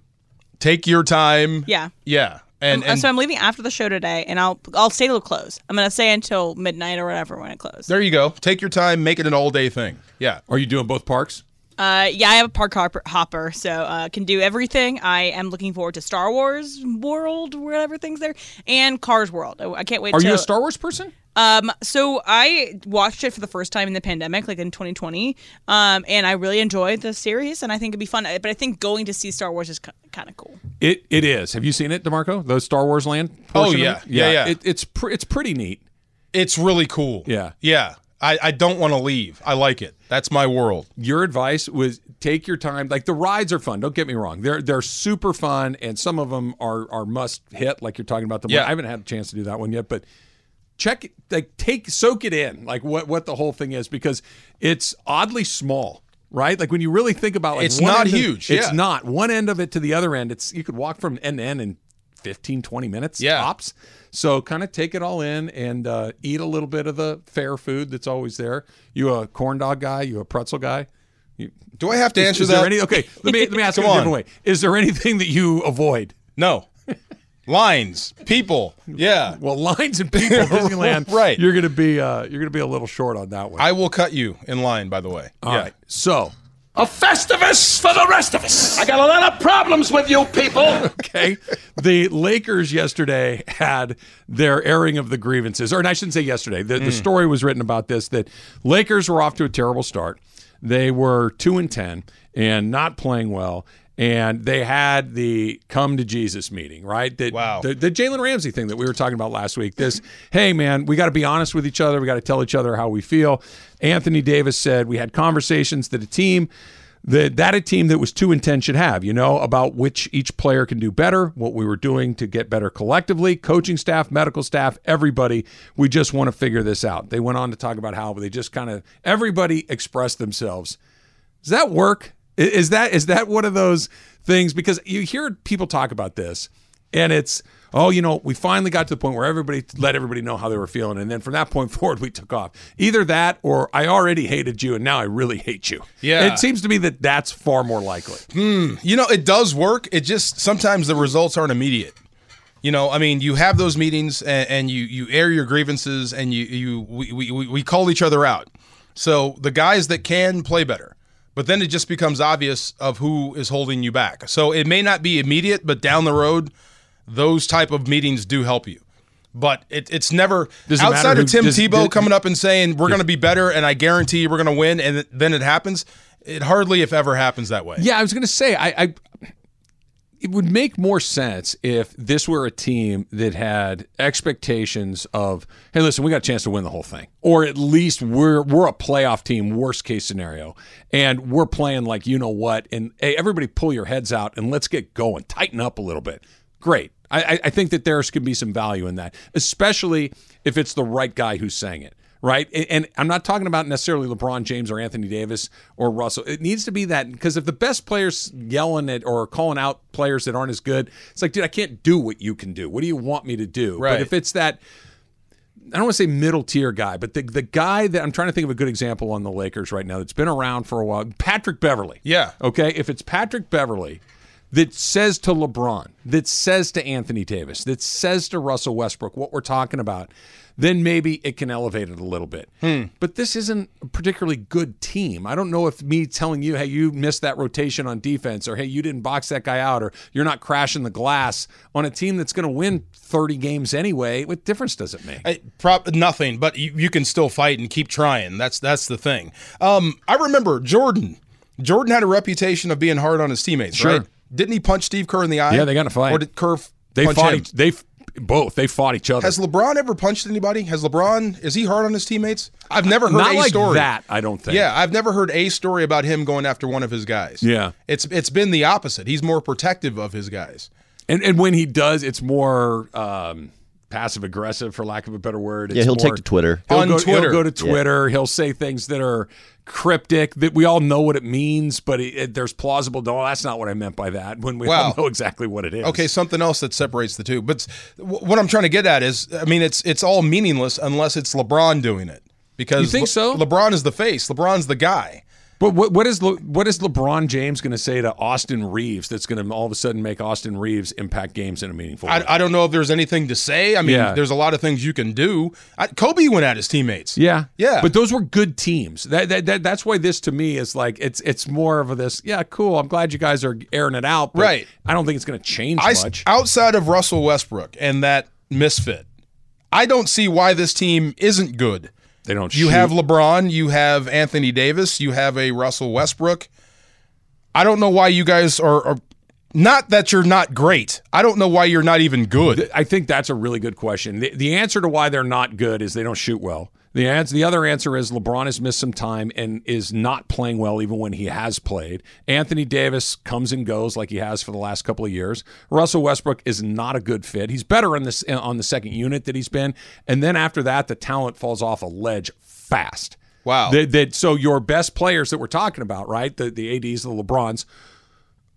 Speaker 2: Take your time.
Speaker 4: Yeah.
Speaker 2: Yeah. And,
Speaker 1: Um,
Speaker 4: Uh,
Speaker 2: and
Speaker 4: so I'm leaving after the show today, and I'll I'll stay till close. I'm gonna stay until midnight or whatever when it closes.
Speaker 2: there you go. Take your time. Make it an all day thing. Yeah.
Speaker 1: Are you doing both parks?
Speaker 4: Uh, yeah, I have a park hopper, hopper so uh, can do everything. I am looking forward to Star Wars World, whatever things there, and Cars World. I, I can't wait.
Speaker 1: Are
Speaker 4: to,
Speaker 1: you a Star Wars person?
Speaker 4: Um, so I watched it for the first time in the pandemic, like in 2020, um, and I really enjoyed the series, and I think it'd be fun. But I think going to see Star Wars is kind of cool.
Speaker 1: It it is. Have you seen it, Demarco? The Star Wars Land. portion of
Speaker 2: Oh, yeah.
Speaker 1: it?
Speaker 2: Yeah, yeah.
Speaker 1: It, it's pr- it's pretty neat.
Speaker 2: It's really cool.
Speaker 1: Yeah.
Speaker 2: Yeah. I, I don't want to leave. I like it. That's my world.
Speaker 1: your advice was take your time. Like the rides are fun. Don't get me wrong. They're they're super fun, and some of them are are must hit. Like you're talking about the. one-
Speaker 2: Yeah.
Speaker 1: I haven't had a chance to do that one yet, but check it- like take soak it in like what what the whole thing is because it's oddly small right like when you really think about like
Speaker 2: It's
Speaker 1: one
Speaker 2: not
Speaker 1: end of-
Speaker 2: huge,
Speaker 1: it's
Speaker 2: yeah.
Speaker 1: not one end of it to the other end it's you could walk from end to end in 15 20 minutes
Speaker 2: Yeah.
Speaker 1: tops so kind of take it all in and uh, eat a little bit of the fair food that's always there you a corn dog guy you a pretzel guy
Speaker 2: Do I have to answer
Speaker 1: is
Speaker 2: that?
Speaker 1: there any okay let me let me ask it
Speaker 2: Come
Speaker 1: a different
Speaker 2: on.
Speaker 1: way is there anything that you avoid
Speaker 2: no. Lines, people. Yeah.
Speaker 1: well lines and people at disneyland
Speaker 2: Right.
Speaker 1: you're gonna be uh you're gonna be a little short on that one
Speaker 2: I will cut you in line, by the way.
Speaker 1: All right. So,
Speaker 5: A festivus for the rest of us. I got a lot of problems with you people.
Speaker 1: okay, the Lakers yesterday had their airing of the grievances, or and I shouldn't say yesterday. The, the story was written about this that Lakers were off to a terrible start. They were two and ten and not playing well. And they had the come to Jesus meeting, right? That,
Speaker 2: Wow.
Speaker 1: The, the Jalen Ramsey thing that we were talking about last week. This, hey man, we got to be honest with each other. We got to tell each other how we feel. Anthony Davis said we had conversations that a team that that a team that was two and ten should have. You know about which each player can do better, what we were doing to get better collectively, coaching staff, medical staff, everybody. We just want to figure this out. They went on to talk about how they just kind of everybody expressed themselves. Does that work? I- Is that is that one of those things? Because you hear people talk about this, and it's oh, you know, we finally got to the point where everybody let everybody know how they were feeling, and then from that point forward, we took off. Either that, or I already hated you, and now I really hate you.
Speaker 2: Yeah.
Speaker 1: it seems to me that that's far more likely.
Speaker 2: You know, it does work. It just sometimes the results aren't immediate. You know, I mean, you have those meetings and, and you you air your grievances and you you we, we, we- we call each other out. So the guys that can play better, but then it just becomes obvious of who is holding you back. So it may not be immediate, but down the road, those type of meetings do help you. But it, it's never
Speaker 1: Does it matter
Speaker 2: outside
Speaker 1: who-
Speaker 2: of Tim
Speaker 1: does-
Speaker 2: Tebow
Speaker 1: does-
Speaker 2: coming up and saying we're going to be better and I guarantee we're going to win, and then it happens. It hardly, if ever, happens that way.
Speaker 1: Yeah, I was going to say I, I it would make more sense if this were a team that had expectations of, hey, listen, we got a chance to win the whole thing, or at least we're we're a playoff team, worst case scenario, and we're playing like you know what, and hey, everybody pull your heads out and let's get going, tighten up a little bit. Great. I, I- I think that there's could be some value in that, especially if it's the right guy who sang it. Right, and, and I'm not talking about necessarily LeBron James or Anthony Davis or Russell. It needs to be that because if the best players yelling at or calling out players that aren't as good, it's like, dude, I can't do what you can do. What do you want me to do? But
Speaker 2: Right.
Speaker 1: if it's that, I don't want to say middle tier guy, but the the guy that I'm trying to think of a good example on the Lakers right now that's been around for a while, Patrick Beverly.
Speaker 2: Yeah.
Speaker 1: Okay, if it's Patrick Beverly that says to LeBron, that says to Anthony Davis, that says to Russell Westbrook what we're talking about, then maybe it can elevate it a little bit. But this isn't a particularly good team. I don't know if me telling you, hey, you missed that rotation on defense, or hey, you didn't box that guy out, or you're not crashing the glass on a team that's going to win 30 games anyway. What difference does it make?
Speaker 2: I, prob- nothing, but you, you can still fight and keep trying. That's that's the thing. Um, I remember Jordan. Jordan had a reputation of being hard on his teammates.
Speaker 1: Sure.
Speaker 2: Right? Didn't he punch Steve Kerr in the eye?
Speaker 1: Yeah, they got in a fight.
Speaker 2: Or did Kerr? f-
Speaker 1: they
Speaker 2: punch
Speaker 1: fought.
Speaker 2: him?
Speaker 1: Each, they f- both. They fought each other.
Speaker 2: Has LeBron ever punched anybody? Has LeBron? Is he hard on his teammates? I've never heard
Speaker 1: not
Speaker 2: a
Speaker 1: like
Speaker 2: story.
Speaker 1: that. I don't think.
Speaker 2: Yeah, I've never heard a story about him going after one of his guys.
Speaker 1: Yeah.
Speaker 2: It's it's been the opposite. He's more protective of his guys.
Speaker 1: And and when he does, it's more um, passive aggressive, for lack of a better word. It's
Speaker 6: Yeah, he'll take
Speaker 1: more-
Speaker 6: to Twitter.
Speaker 1: He'll
Speaker 2: On
Speaker 1: go,
Speaker 2: Twitter.
Speaker 1: he'll go to Twitter. He'll say things that are cryptic that we all know what it means, but it, it- there's plausible. No, that's not what I meant by that. When we
Speaker 2: Wow.
Speaker 1: all know exactly what it is.
Speaker 2: Okay, something else that separates the two. But wh- what I'm trying to get at is, I mean, it's it's all meaningless unless it's LeBron doing it. Because
Speaker 1: You think so?
Speaker 2: LeBron is the face. LeBron's the guy.
Speaker 1: But what, what is Le, what is LeBron James going to say to Austin Reeves that's going to all of a sudden make Austin Reeves impact games in a meaningful way?
Speaker 2: I, I don't know if there's anything to say. I mean,
Speaker 1: Yeah.
Speaker 2: there's a lot of things you can do. I, Kobe went at his teammates.
Speaker 1: Yeah,
Speaker 2: Yeah.
Speaker 1: But those were good teams. That, that, that that's why this to me is like it's it's more of a this. Yeah, cool. I'm glad you guys are airing it out. But
Speaker 2: Right.
Speaker 1: I don't think it's going to change
Speaker 2: I,
Speaker 1: much.
Speaker 2: outside of Russell Westbrook and that misfit, I don't see why this team isn't good.
Speaker 1: they don't.
Speaker 2: You
Speaker 1: shoot.
Speaker 2: have LeBron, you have Anthony Davis, you have a Russell Westbrook. I don't know why you guys are, are not that you're not great. I don't know why you're not even good.
Speaker 1: I think that's a really good question. The, the answer to why they're not good is they don't shoot well. The answer, the other answer is LeBron has missed some time and is not playing well even when he has played. Anthony Davis comes and goes like he has for the last couple of years. Russell Westbrook is not a good fit. He's better in this on the second unit that he's been, and then after that, the talent falls off a ledge fast.
Speaker 2: Wow.
Speaker 1: That, that so your best players that we're talking about, right? The the ads, the LeBrons,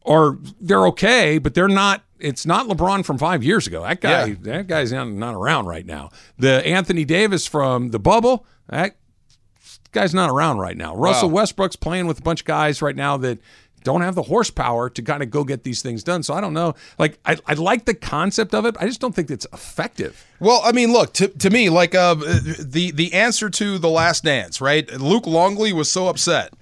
Speaker 1: are they're okay, but they're not. It's not LeBron from five years ago. That guy,
Speaker 2: Yeah.
Speaker 1: that guy's not, not around right now. The Anthony Davis from the bubble, that guy's not around right now. Russell Westbrook's playing with a bunch of guys right now that don't have the horsepower to kind of go get these things done. So I don't know. Like I, I like the concept of it. I just don't think it's effective.
Speaker 2: Well, I mean, look to, to me like uh, the the answer to the Last Dance, right? Luke Longley was so upset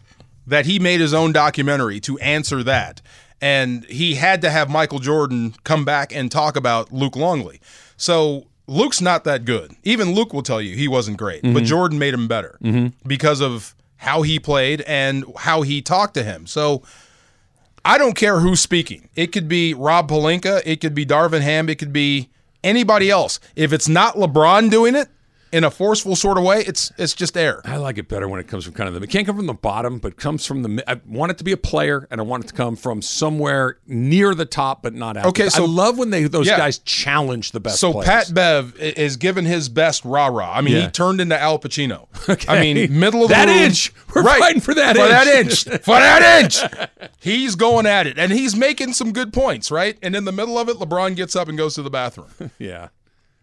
Speaker 2: that he made his own documentary to answer that, and he had to have Michael Jordan come back and talk about Luke Longley. So Luke's not that good. Even Luke will tell you he wasn't great, but Jordan made him better because of how he played and how he talked to him. So. I don't care who's speaking. It could be Rob Palinka, it could be Darvin Ham, it could be anybody else. If it's not LeBron doing it in a forceful sort of way, it's it's just air.
Speaker 1: I like it better when it comes from kind of the. It can't come from the bottom, but comes from the. mi- I want it to be a player, and I want it to come from somewhere near the top, but not out.
Speaker 2: Okay,
Speaker 1: I
Speaker 2: so-
Speaker 1: love when they those
Speaker 2: yeah.
Speaker 1: guys challenge the best.
Speaker 2: So
Speaker 1: players.
Speaker 2: Pat Bev i- is giving his best rah rah. I mean,
Speaker 1: Yeah.
Speaker 2: he turned into Al Pacino. I mean, middle of
Speaker 1: That
Speaker 2: the room.
Speaker 1: inch! We're fighting for that
Speaker 2: for
Speaker 1: inch.
Speaker 2: that inch, for that inch. He's going at it, and he's making some good points, right? And in the middle of it, LeBron gets up and goes to the bathroom.
Speaker 1: yeah.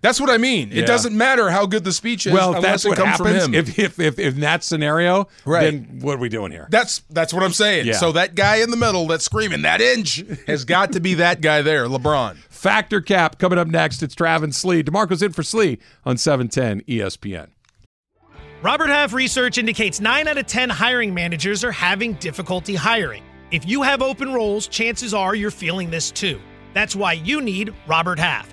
Speaker 2: That's what I mean. It
Speaker 1: Yeah.
Speaker 2: doesn't matter how good the speech is,
Speaker 1: Well, if
Speaker 2: unless
Speaker 1: that's
Speaker 2: it
Speaker 1: what
Speaker 2: comes
Speaker 1: happens.
Speaker 2: from him.
Speaker 1: If, if if if in that scenario,
Speaker 2: Right.
Speaker 1: then what are we doing here?
Speaker 2: That's that's what I'm saying.
Speaker 1: Yeah.
Speaker 2: So that guy in the middle that's screaming that inch has got to be that guy there, LeBron.
Speaker 1: Factor cap coming up next. It's Travis Slee. Demarco's in for Slee on seven ten E ESPN.
Speaker 7: Robert Half research indicates 9 out of 10 hiring managers are having difficulty hiring. If you have open roles, chances are you're feeling this too. That's why you need Robert Half.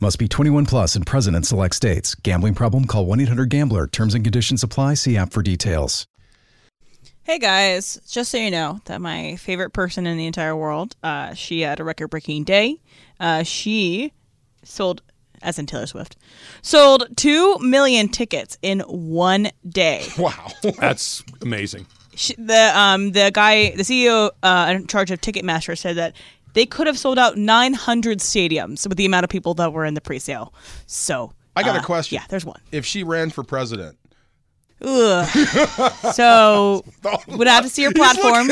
Speaker 3: Must be 21 plus and present in select states. Gambling problem? Call 1 800 GAMBLER. Terms and conditions apply. See app for details.
Speaker 4: Hey guys, just so you know that my favorite person in the entire world, uh, she had a record breaking day. Uh, she sold, as in Taylor Swift, sold 2 million tickets in one day.
Speaker 2: Wow.
Speaker 1: That's amazing.
Speaker 4: She, the um the guy the CEO uh, in charge of Ticketmaster said that they could have sold out 900 stadiums with the amount of people that were in the pre-sale. So
Speaker 2: I got a
Speaker 4: uh,
Speaker 2: question.
Speaker 4: Yeah, there's one.
Speaker 2: If she ran for president,
Speaker 4: Ugh. so would have to see her platform.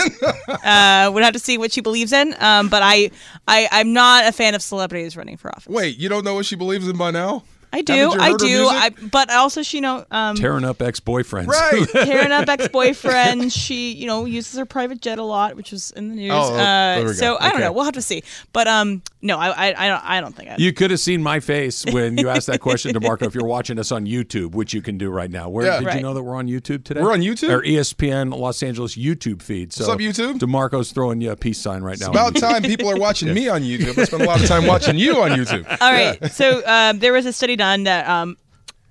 Speaker 4: uh, would have to see what she believes in. Um, but I, I I'm not a fan of celebrities running for office.
Speaker 2: wait, you don't know what she believes in by now?
Speaker 4: I do,
Speaker 2: Haven't you
Speaker 4: I
Speaker 2: heard her
Speaker 4: do.
Speaker 2: music?
Speaker 4: I but also she you know um,
Speaker 1: Tearing up ex boyfriends.
Speaker 2: Right.
Speaker 4: Karen up ex-boyfriend. She, you know, uses her private jet a lot, which was in the news.
Speaker 2: Oh, oh, there we
Speaker 4: uh,
Speaker 2: go.
Speaker 4: so I don't
Speaker 2: Okay.
Speaker 4: know. We'll have to see. But um, no, I, I, I don't, I don't think I.
Speaker 1: You could have seen my face when you asked that question to Marco if you're watching us on YouTube, which you can do right now. Where
Speaker 2: Yeah.
Speaker 1: did you
Speaker 4: Right.
Speaker 1: know that we're on YouTube today?
Speaker 2: We're on YouTube?
Speaker 1: Our E ESPN Los Angeles YouTube feed. So
Speaker 2: What's up, YouTube?
Speaker 1: DeMarco's throwing you a peace sign right now.
Speaker 2: About time people are watching me on YouTube. I spend a lot of time watching you on YouTube.
Speaker 4: All right. So um, there was a study done that um,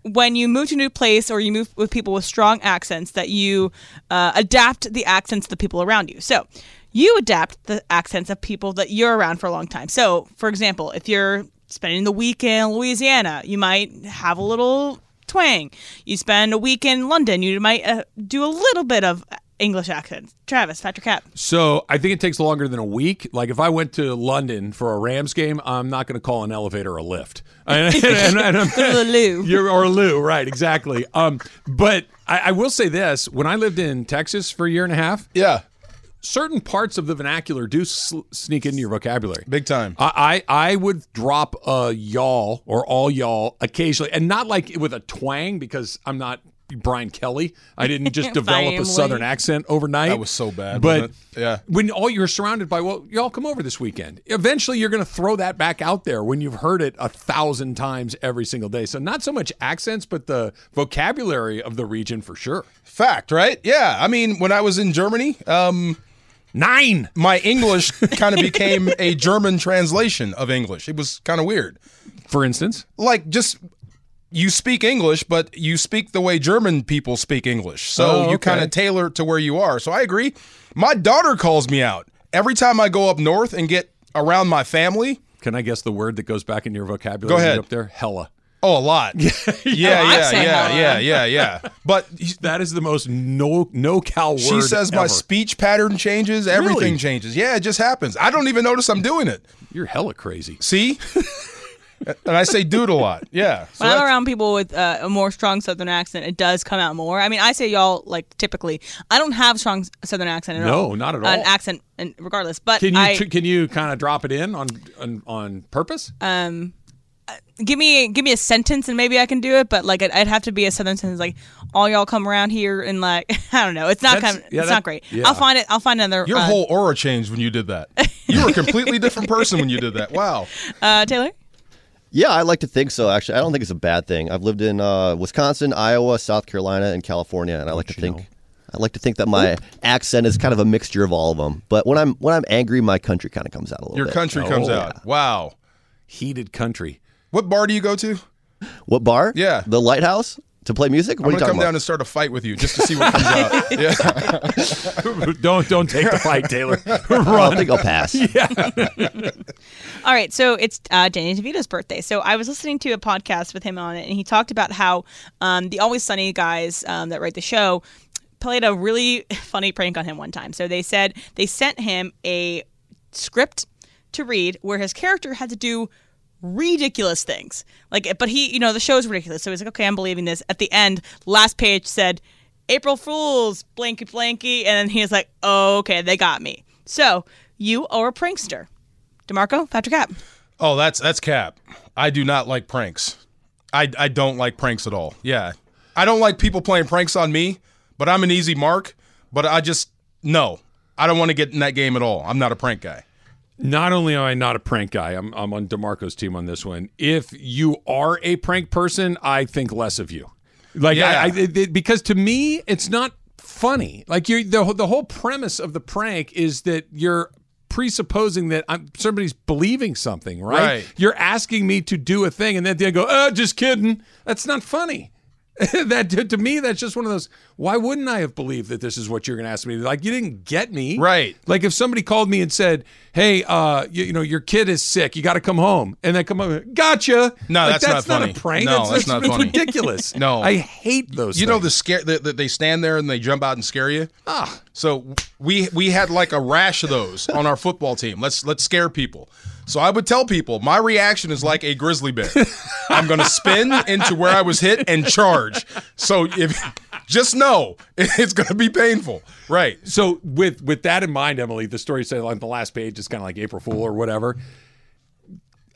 Speaker 4: when you move to a new place or you move with people with strong accents, that you uh, adapt the accents of the people around you. So you adapt the accents of people that you're around for a long time. So, for example, if you're spending the week in Louisiana, you might have a little twang. You spend a week in London, you might uh, do a little bit of English accent. Travis, Patrick Cap.
Speaker 1: So I think it takes longer than a week. Like if I went to London for a Rams game, I'm not going to call an elevator a lift. And, and- and I'm-
Speaker 4: Go to the loo.
Speaker 1: You're, or a loo, right? Exactly. Um, but I, I will say this: when I lived in Texas for a year and a half,
Speaker 2: Yeah,
Speaker 1: certain parts of the vernacular do sl- sneak into your vocabulary.
Speaker 2: big time.
Speaker 1: I, I I would drop a y'all or all y'all occasionally, and not like with a twang because I'm not Brian Kelly. I didn't just develop a
Speaker 4: Family.
Speaker 1: southern accent overnight.
Speaker 2: That was so bad,
Speaker 1: But
Speaker 2: wasn't it? Yeah.
Speaker 1: when all you're surrounded by, well, y'all come over this weekend. Eventually, you're going to throw that back out there when you've heard it a thousand times every single day. So not so much accents, but the vocabulary of the region for sure.
Speaker 2: Fact, right? Yeah. I mean, when I was in Germany, um,
Speaker 1: Nine.
Speaker 2: my English kind of became a German translation of English. It was kind of weird.
Speaker 1: For instance,
Speaker 2: Like, just you speak English, but you speak the way German people speak English. So
Speaker 1: Oh,
Speaker 2: you
Speaker 1: okay.
Speaker 2: kind of tailor it to where you are. So I agree. My daughter calls me out every time I go up north and get around my family.
Speaker 1: can I guess the word that goes back in your vocabulary? when you're
Speaker 2: ahead.
Speaker 1: up there. Hella.
Speaker 2: Oh, a lot. Yeah, yeah,
Speaker 4: I'd
Speaker 2: yeah,
Speaker 4: say
Speaker 2: yeah,
Speaker 4: hella.
Speaker 2: yeah, yeah, But
Speaker 1: That is the most no no cow word.
Speaker 2: she says my
Speaker 1: ever.
Speaker 2: speech pattern changes, everything
Speaker 1: Really?
Speaker 2: changes. Yeah, it just happens. I don't even notice I'm doing it.
Speaker 1: You're hella crazy.
Speaker 2: See? and I say dude a lot. Yeah. So
Speaker 4: when I'm
Speaker 2: that's-
Speaker 4: around people with uh, a more strong Southern accent, it does come out more. I mean, I say y'all like typically. I don't have strong s- Southern accent at all.
Speaker 1: No, not at
Speaker 4: An
Speaker 1: all.
Speaker 4: accent, and regardless, but
Speaker 1: Can you
Speaker 4: I,
Speaker 1: tr- can you kind of drop it in on on, on purpose?
Speaker 4: give me give me a sentence and maybe I can do it. But like, I'd, I'd have to be a Southern sentence, like all y'all come around here and like I don't know. It's not
Speaker 1: That's-
Speaker 4: kind
Speaker 1: yeah,
Speaker 4: it's
Speaker 1: that-
Speaker 4: not great.
Speaker 1: yeah.
Speaker 4: I'll find it. I'll find another.
Speaker 2: your
Speaker 4: uh,
Speaker 2: whole aura changed when you did that. You were a completely different person when you did that. Wow.
Speaker 4: uh, Taylor.
Speaker 6: Yeah, I like to think so. Actually, I don't think it's a bad thing. I've lived in uh, Wisconsin, Iowa, South Carolina, and California, and I like to think I like to think that my accent is kind of a mixture of all of them. But when I'm when I'm angry, my country kind of comes out a little
Speaker 2: Your
Speaker 6: bit.
Speaker 2: country comes out. Wow.
Speaker 1: Heated country.
Speaker 2: What bar do you go to?
Speaker 6: What bar?
Speaker 2: Yeah.
Speaker 6: the Lighthouse to play music.
Speaker 2: I'm
Speaker 6: What are
Speaker 2: gonna
Speaker 6: you talking
Speaker 2: come down
Speaker 6: about?
Speaker 2: and start a fight with you just to see what comes out.
Speaker 1: Uh,
Speaker 2: Yeah.
Speaker 1: don't don't take the fight, Taylor.
Speaker 6: Oh, I think I'll pass.
Speaker 4: All right, so it's uh, Danny DeVito's birthday. So I was listening to a podcast with him on it, and he talked about how um, the Always Sunny guys um, that write the show played a really funny prank on him one time. So they said they sent him a script to read where his character had to do ridiculous things. Like, but he, you know, the show is ridiculous. So he's like, okay, I'm believing this. At the end, last page said, April Fools, blanky blanky. And then he's like, "Oh, okay, they got me. So you are a prankster. DeMarco, Patrick App.
Speaker 2: oh, that's that's cap. I do not like pranks. I I don't like pranks at all. Yeah. I don't like people playing pranks on me, but I'm an easy mark. But I just no. I don't want to get in that game at all. I'm not a prank guy.
Speaker 1: Not only am I not a prank guy, I'm I'm on Demarco's team on this one. If you are a prank person, I think less of you. Like
Speaker 2: Yeah.
Speaker 1: I, I it- it- because to me, it's not funny. Like you, the whole- the whole premise of the prank is that you're presupposing that I'm, somebody's believing something, right?
Speaker 2: Right.
Speaker 1: "Uh, You're asking me to do a thing, and then they go, "Oh, just kidding." That's not funny. that to, to me, that's just one of those. Why wouldn't I have believed that this is what you're going to ask me? Like you didn't get me,
Speaker 2: Right.
Speaker 1: Like if somebody called me and said, "Hey, uh, you, you know your kid is sick, you got to come home," and I come home, gotcha.
Speaker 2: No,
Speaker 1: Like,
Speaker 2: that's not funny.
Speaker 1: a prank.
Speaker 2: No, that's not
Speaker 1: it's
Speaker 2: funny.
Speaker 1: ridiculous.
Speaker 2: No.
Speaker 1: I hate those.
Speaker 2: You know the
Speaker 1: things.
Speaker 2: scare that that they stand there and they jump out and scare you. Ah. So we we had like a rash of those on our football team. Let's let's scare people. So I would tell people my reaction is like a grizzly bear. I'm going to spin into where I was hit and charge. So if just know it's going to be painful. Right.
Speaker 1: so with with that in mind, Emily, the story said on the last page is kind of like April Fool or whatever.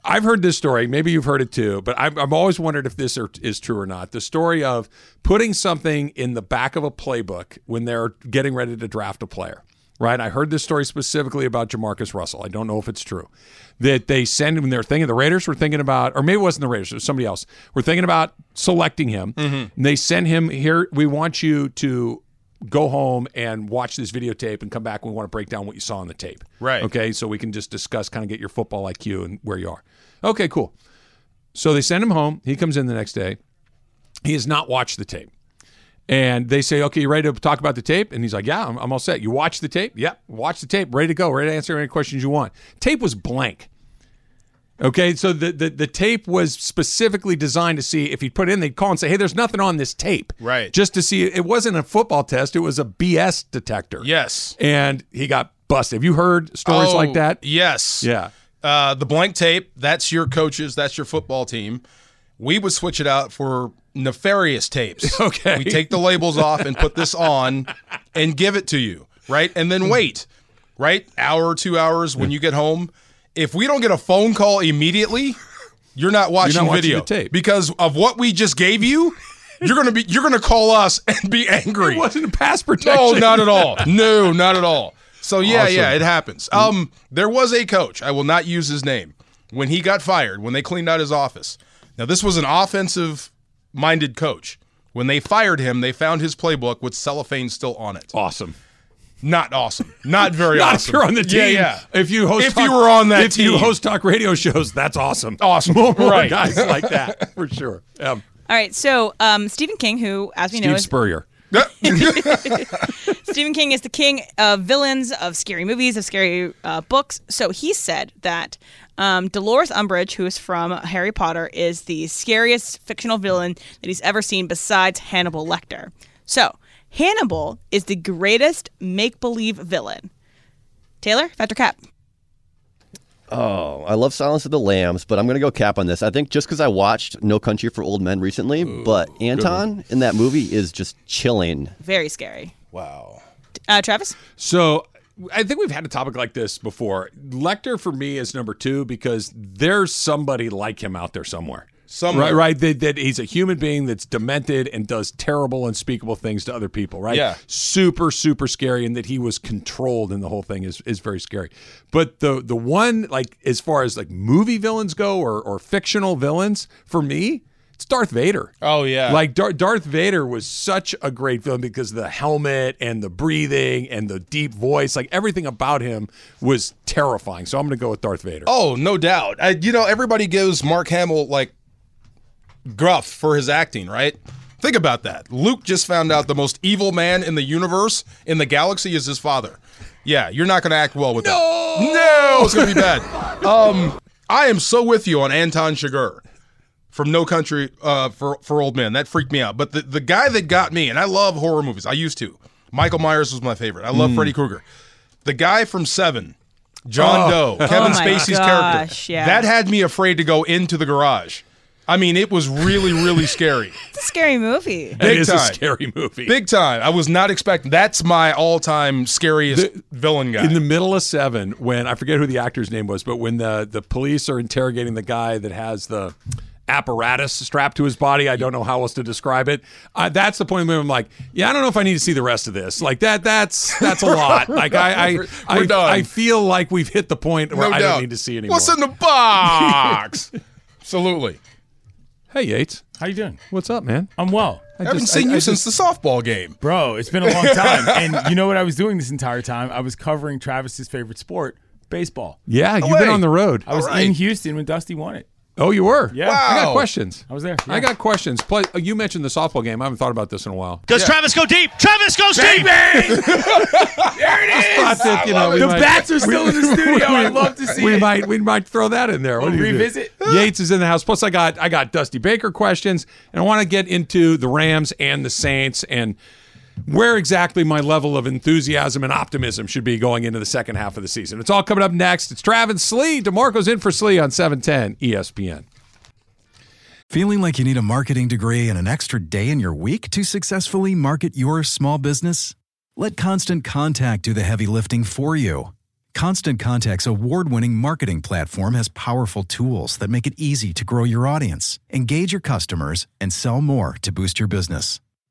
Speaker 1: I've heard this story. Maybe you've heard it too, but I've, I've always wondered if this are, is true or not. The story of putting something in the back of a playbook when they're getting ready to draft a player. Right, I heard this story specifically about Jamarcus Russell. I don't know if it's true that they send him. They're thinking the Raiders were thinking about, or maybe it wasn't the Raiders. It was somebody else. We're thinking about selecting him, and they send him here. We want you to go home and watch this videotape and come back. We want to break down what you saw on the tape.
Speaker 2: Right.
Speaker 1: Okay. So we can just discuss, kind of get your football IQ and where you are. Okay, cool. So they send him home. He comes in the next day. He has not watched the tape. And they say, okay, you ready to talk about the tape? And he's like, yeah, I'm, I'm all set. You watch the tape? Yep. Watch the tape. Ready to go. Ready to answer any questions you want. Tape was blank. Okay. So the, the, the tape was specifically designed to see if he put it in, they'd call and say, hey, there's nothing on this tape.
Speaker 2: Right.
Speaker 1: Just to see. It wasn't a football test, it was a BS detector.
Speaker 2: Yes.
Speaker 1: And he got busted. Have you heard stories
Speaker 2: Oh,
Speaker 1: like that?
Speaker 2: Yes.
Speaker 1: Yeah.
Speaker 2: uh, the blank tape. That's your coaches. That's your football team. We would switch it out for nefarious tapes.
Speaker 1: Okay.
Speaker 2: We take the labels off and put this on and give it to you, right? And then wait, right? Hour, two hours when you get home. If we don't get a phone call immediately, you're not watching
Speaker 1: watching
Speaker 2: video
Speaker 1: the tape.
Speaker 2: because of what we just gave you. You're gonna be you're gonna call us and be angry.
Speaker 1: It wasn't a pass protection.
Speaker 2: No, not at all. No, not at all. So yeah,
Speaker 1: Awesome. Mm.
Speaker 2: yeah, it happens. Um, there was a coach. I will not use his name. When he got fired, when they cleaned out his office. Now this was an offensive-minded coach. When they fired him, they found his playbook with cellophane still on it.
Speaker 1: Awesome.
Speaker 2: Not awesome. Not very
Speaker 1: Not
Speaker 2: awesome.
Speaker 1: if you're on the team.
Speaker 2: Yeah, yeah.
Speaker 1: If you host,
Speaker 2: if
Speaker 1: talk-
Speaker 2: you were on that
Speaker 1: if
Speaker 2: team,
Speaker 1: you host talk radio shows, that's awesome.
Speaker 2: Awesome.
Speaker 1: more, more
Speaker 2: Right.
Speaker 1: guys like that for sure. Um,
Speaker 4: All right, so um, Stephen King, who, as we know,
Speaker 1: Steve
Speaker 4: is,
Speaker 1: Spurrier.
Speaker 4: Stephen King is the king of villains, of scary movies, of scary uh, books. So he said that um, Dolores Umbridge, who is from Harry Potter, is the scariest fictional villain that he's ever seen besides Hannibal Lecter. So Hannibal is the greatest make believe villain. Taylor, Factor Cap.
Speaker 6: I love Silence of the Lambs, but I'm going to go cap on this. I think just because I watched No Country for Old Men recently, but Anton in that movie is just chilling.
Speaker 4: Very scary.
Speaker 2: wow.
Speaker 4: Uh, Travis?
Speaker 1: So I think we've had a topic like this before. Lecter for me is number two because there's somebody like him out there somewhere.
Speaker 2: Somewhere.
Speaker 1: Right, right. That, that he's a human being that's demented and does terrible, unspeakable things to other people. Right.
Speaker 2: Yeah.
Speaker 1: Super, super scary, and that he was controlled, and the whole thing is is very scary. But the the one like as far as like movie villains go, or or fictional villains, for me, it's Darth Vader.
Speaker 2: Oh, yeah.
Speaker 1: Like Dar- Darth Vader was such a great villain because of the helmet and the breathing and the deep voice, like everything about him was terrifying. So I'm going to go with Darth Vader.
Speaker 2: Oh, no doubt. I, you know, everybody gives Mark Hamill like gruff for his acting, right? Think about that. Luke just found out the most evil man in the universe, in the galaxy, is his father. Yeah, you're not going to act well with that. No, it's going to be bad. Um, I am so with you on Anton Chigurh from No Country uh, for for Old Men. That freaked me out. But the, the guy that got me, and I love horror movies. I used to. Michael Myers was my favorite. I
Speaker 1: Mm.
Speaker 2: love Freddy Krueger. The guy from Seven, John Doe, Kevin
Speaker 4: Oh my
Speaker 2: Spacey's
Speaker 4: gosh,
Speaker 2: character.
Speaker 4: yeah.
Speaker 2: That had me afraid to go into the garage. I mean, it was really, really scary.
Speaker 4: It's a scary movie.
Speaker 1: it
Speaker 2: big
Speaker 1: is a
Speaker 2: time.
Speaker 1: scary movie.
Speaker 2: Big time. I was not expecting. That's my all-time scariest villain guy.
Speaker 1: in the middle of seven, when I forget who the actor's name was, but when the the police are interrogating the guy that has the apparatus strapped to his body, I don't know how else to describe it. Uh, that's the point where I'm like, yeah, I don't know if I need to see the rest of this. Like that, that's that's a lot. Like I, I, I,
Speaker 2: We're done.
Speaker 1: I feel like we've hit the point where
Speaker 2: no
Speaker 1: I
Speaker 2: doubt.
Speaker 1: don't need to see anymore.
Speaker 2: What's in the box? Absolutely.
Speaker 1: Hey Yates,
Speaker 8: How you doing?
Speaker 1: what's up, man?
Speaker 8: I'm well.
Speaker 2: I haven't seen you since the softball game.
Speaker 8: Bro, it's been a long time. and you know what I was doing this entire time? I was covering Travis's favorite sport, baseball.
Speaker 1: Yeah, you've
Speaker 2: way.
Speaker 1: been on the road.
Speaker 8: I was
Speaker 2: right.
Speaker 8: in Houston when Dusty won it.
Speaker 1: Oh, you were?
Speaker 8: Yeah.
Speaker 1: I got
Speaker 2: Wow.
Speaker 1: questions.
Speaker 8: I was there,
Speaker 1: I
Speaker 8: yeah.
Speaker 1: got questions. Plus, oh, you mentioned the softball game. I haven't thought about this in a while.
Speaker 9: Does Travis go deep? Travis goes deep.
Speaker 1: I think, you know, we
Speaker 8: The
Speaker 1: might-
Speaker 8: bats are still in the studio. I'd love to see
Speaker 1: we
Speaker 8: it.
Speaker 1: might we might throw that in there. What
Speaker 8: We'll
Speaker 1: do you do?
Speaker 8: revisit.
Speaker 1: Yates is in the house. Plus, I got I got Dusty Baker questions, and I want to get into the Rams and the Saints and where exactly my level of enthusiasm and optimism should be going into the second half of the season. It's all coming up next. It's Travis Slee. DeMarco's in for Slee on E 710 ESPN.
Speaker 3: Feeling like you need a marketing degree and an extra day in your week to successfully market your small business? Let Constant Contact do the heavy lifting for you. Constant Contact's award winning marketing platform has powerful tools that make it easy to grow your audience, engage your customers, and sell more to boost your business.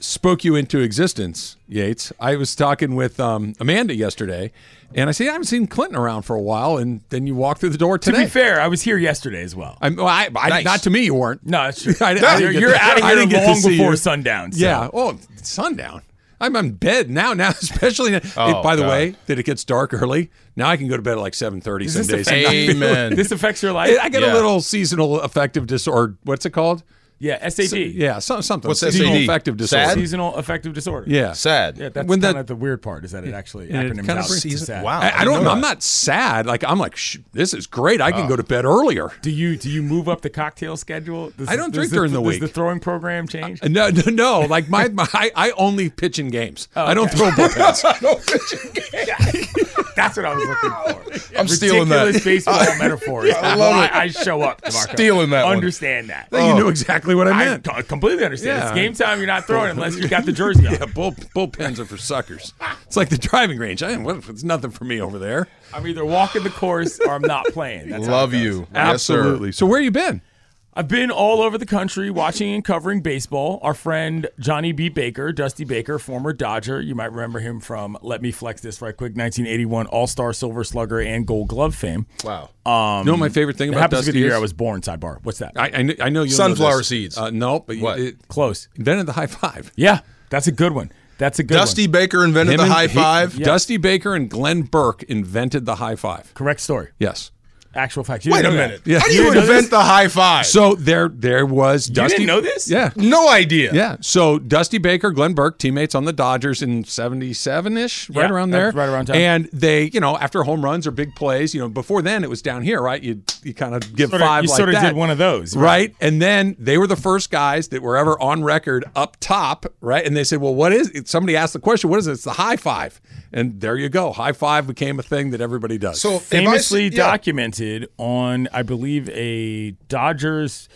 Speaker 1: spoke you into existence, Yates. I was talking with um, Amanda yesterday, and I said I haven't seen Clinton around for a while, and then you walked through the door
Speaker 8: To
Speaker 1: today.
Speaker 8: be fair, I was here yesterday as well.
Speaker 1: I'm, well, I, I,
Speaker 2: Nice.
Speaker 1: Not to me, you weren't.
Speaker 8: no, that's true.
Speaker 1: I- I didn't
Speaker 8: you're
Speaker 1: get
Speaker 8: you're
Speaker 1: to-
Speaker 8: out of
Speaker 1: I
Speaker 8: here
Speaker 1: didn't get to
Speaker 8: long
Speaker 1: see
Speaker 8: before
Speaker 1: you.
Speaker 8: sundown. so-
Speaker 1: Yeah. Oh, sundown. I'm in bed now. Now, especially. Now.
Speaker 2: Oh,
Speaker 1: by the
Speaker 2: God.
Speaker 1: way, that it gets dark early. Now I can go to bed at like seven thirty
Speaker 8: Does
Speaker 1: some days.
Speaker 8: this affect-
Speaker 1: and not feel-
Speaker 2: Amen.
Speaker 8: This affects your life.
Speaker 1: I get a
Speaker 2: Yeah.
Speaker 1: little seasonal affective disorder. What's it called?
Speaker 8: yeah, SAD.
Speaker 1: Yeah, some, something.
Speaker 2: What's
Speaker 1: seasonal
Speaker 2: SAD?
Speaker 1: affective disorder.
Speaker 2: Sad?
Speaker 8: Seasonal affective disorder.
Speaker 1: Yeah.
Speaker 2: Sad.
Speaker 8: Yeah, that's
Speaker 1: When
Speaker 8: kind
Speaker 1: that-
Speaker 8: of the weird part is that it actually
Speaker 1: Yeah, it
Speaker 8: acronyms
Speaker 1: kinda
Speaker 8: out to
Speaker 1: season-
Speaker 8: sad.
Speaker 2: wow.
Speaker 1: I, I
Speaker 2: I
Speaker 1: don't.
Speaker 2: know
Speaker 1: I'm
Speaker 2: that.
Speaker 1: not sad. Like I'm like Shh, this is great. I can go to bed earlier.
Speaker 8: Do you do you move up the cocktail schedule? Does-
Speaker 1: I don't
Speaker 8: does
Speaker 1: drink during the
Speaker 8: does
Speaker 1: week.
Speaker 8: the throwing program change?
Speaker 1: No, no, no. Like my, my I, I only pitch in games.
Speaker 8: Oh,
Speaker 1: I don't throw bullpens.
Speaker 8: That's what I was looking for.
Speaker 2: I'm stealing that.
Speaker 8: Ridiculous baseball metaphor. is
Speaker 2: I love
Speaker 8: why
Speaker 2: it.
Speaker 8: I show up. DeMarco.
Speaker 2: Stealing that one.
Speaker 8: Understand that. Oh,
Speaker 1: you
Speaker 2: Oh.
Speaker 1: knew exactly what I
Speaker 8: I
Speaker 1: meant.
Speaker 8: co- completely understand.
Speaker 1: Yeah.
Speaker 8: It's game time. You're not throwing unless you got the jersey on.
Speaker 1: Yeah, bull, bullpens are for suckers. It's like the driving range. I didn't, what, it's nothing for me over there.
Speaker 8: I'm either walking the course or I'm not playing. That's how
Speaker 2: Love
Speaker 8: it goes.
Speaker 2: you.
Speaker 1: Absolutely. So where you been?
Speaker 8: I've been all over the country watching and covering baseball. Our friend Johnny B. Baker, Dusty Baker, former Dodger. You might remember him from Let Me Flex This Right Quick, 1981 All Star Silver Slugger and Gold Glove fame.
Speaker 2: Wow.
Speaker 1: you know what my favorite thing
Speaker 8: Um, It
Speaker 1: about
Speaker 8: happens to
Speaker 1: Dusty
Speaker 8: be the year
Speaker 1: is?
Speaker 8: I was born, sidebar. What's that?
Speaker 1: I, I, kn- I know you know
Speaker 2: Sunflower
Speaker 1: this.
Speaker 2: seeds.
Speaker 1: Uh, no, but you-
Speaker 2: What?
Speaker 1: it-
Speaker 8: Close.
Speaker 1: invented the high five.
Speaker 8: Yeah, that's a good one. That's a good
Speaker 2: Dusty
Speaker 8: one.
Speaker 2: Baker invented
Speaker 1: Him
Speaker 2: the
Speaker 1: and-
Speaker 2: high
Speaker 1: he-
Speaker 2: five.
Speaker 1: Dusty Baker and Glenn Burke invented the high five.
Speaker 8: Correct story.
Speaker 1: Yes.
Speaker 8: Actual fact.
Speaker 2: Wait a minute.
Speaker 1: Yeah.
Speaker 2: How do
Speaker 1: You
Speaker 2: you
Speaker 1: didn't know
Speaker 2: invent the high five?
Speaker 1: So there, there was
Speaker 8: You
Speaker 1: Dusty.
Speaker 8: didn't know this?
Speaker 1: Yeah.
Speaker 2: no idea.
Speaker 1: Yeah. So Dusty Baker, Glenn Burke, teammates on the Dodgers in 77 ish, right
Speaker 8: Yeah,
Speaker 1: around there.
Speaker 8: that's right around time.
Speaker 1: And they, you know, after home runs or big plays, you know, before then it was down here, right? You you kind of give
Speaker 8: Sorta-
Speaker 1: five
Speaker 8: you
Speaker 1: like
Speaker 8: sorta
Speaker 1: that.
Speaker 8: did one of those,
Speaker 1: Right? And then they were the first guys that were ever on record up top, right? And they said, well, what is it? Somebody asked the question, what is it? It's the high five. And there you go. High five became a thing that everybody does.
Speaker 2: So if I s-
Speaker 8: famously
Speaker 2: yeah.
Speaker 8: documented on, I believe, a Dodgers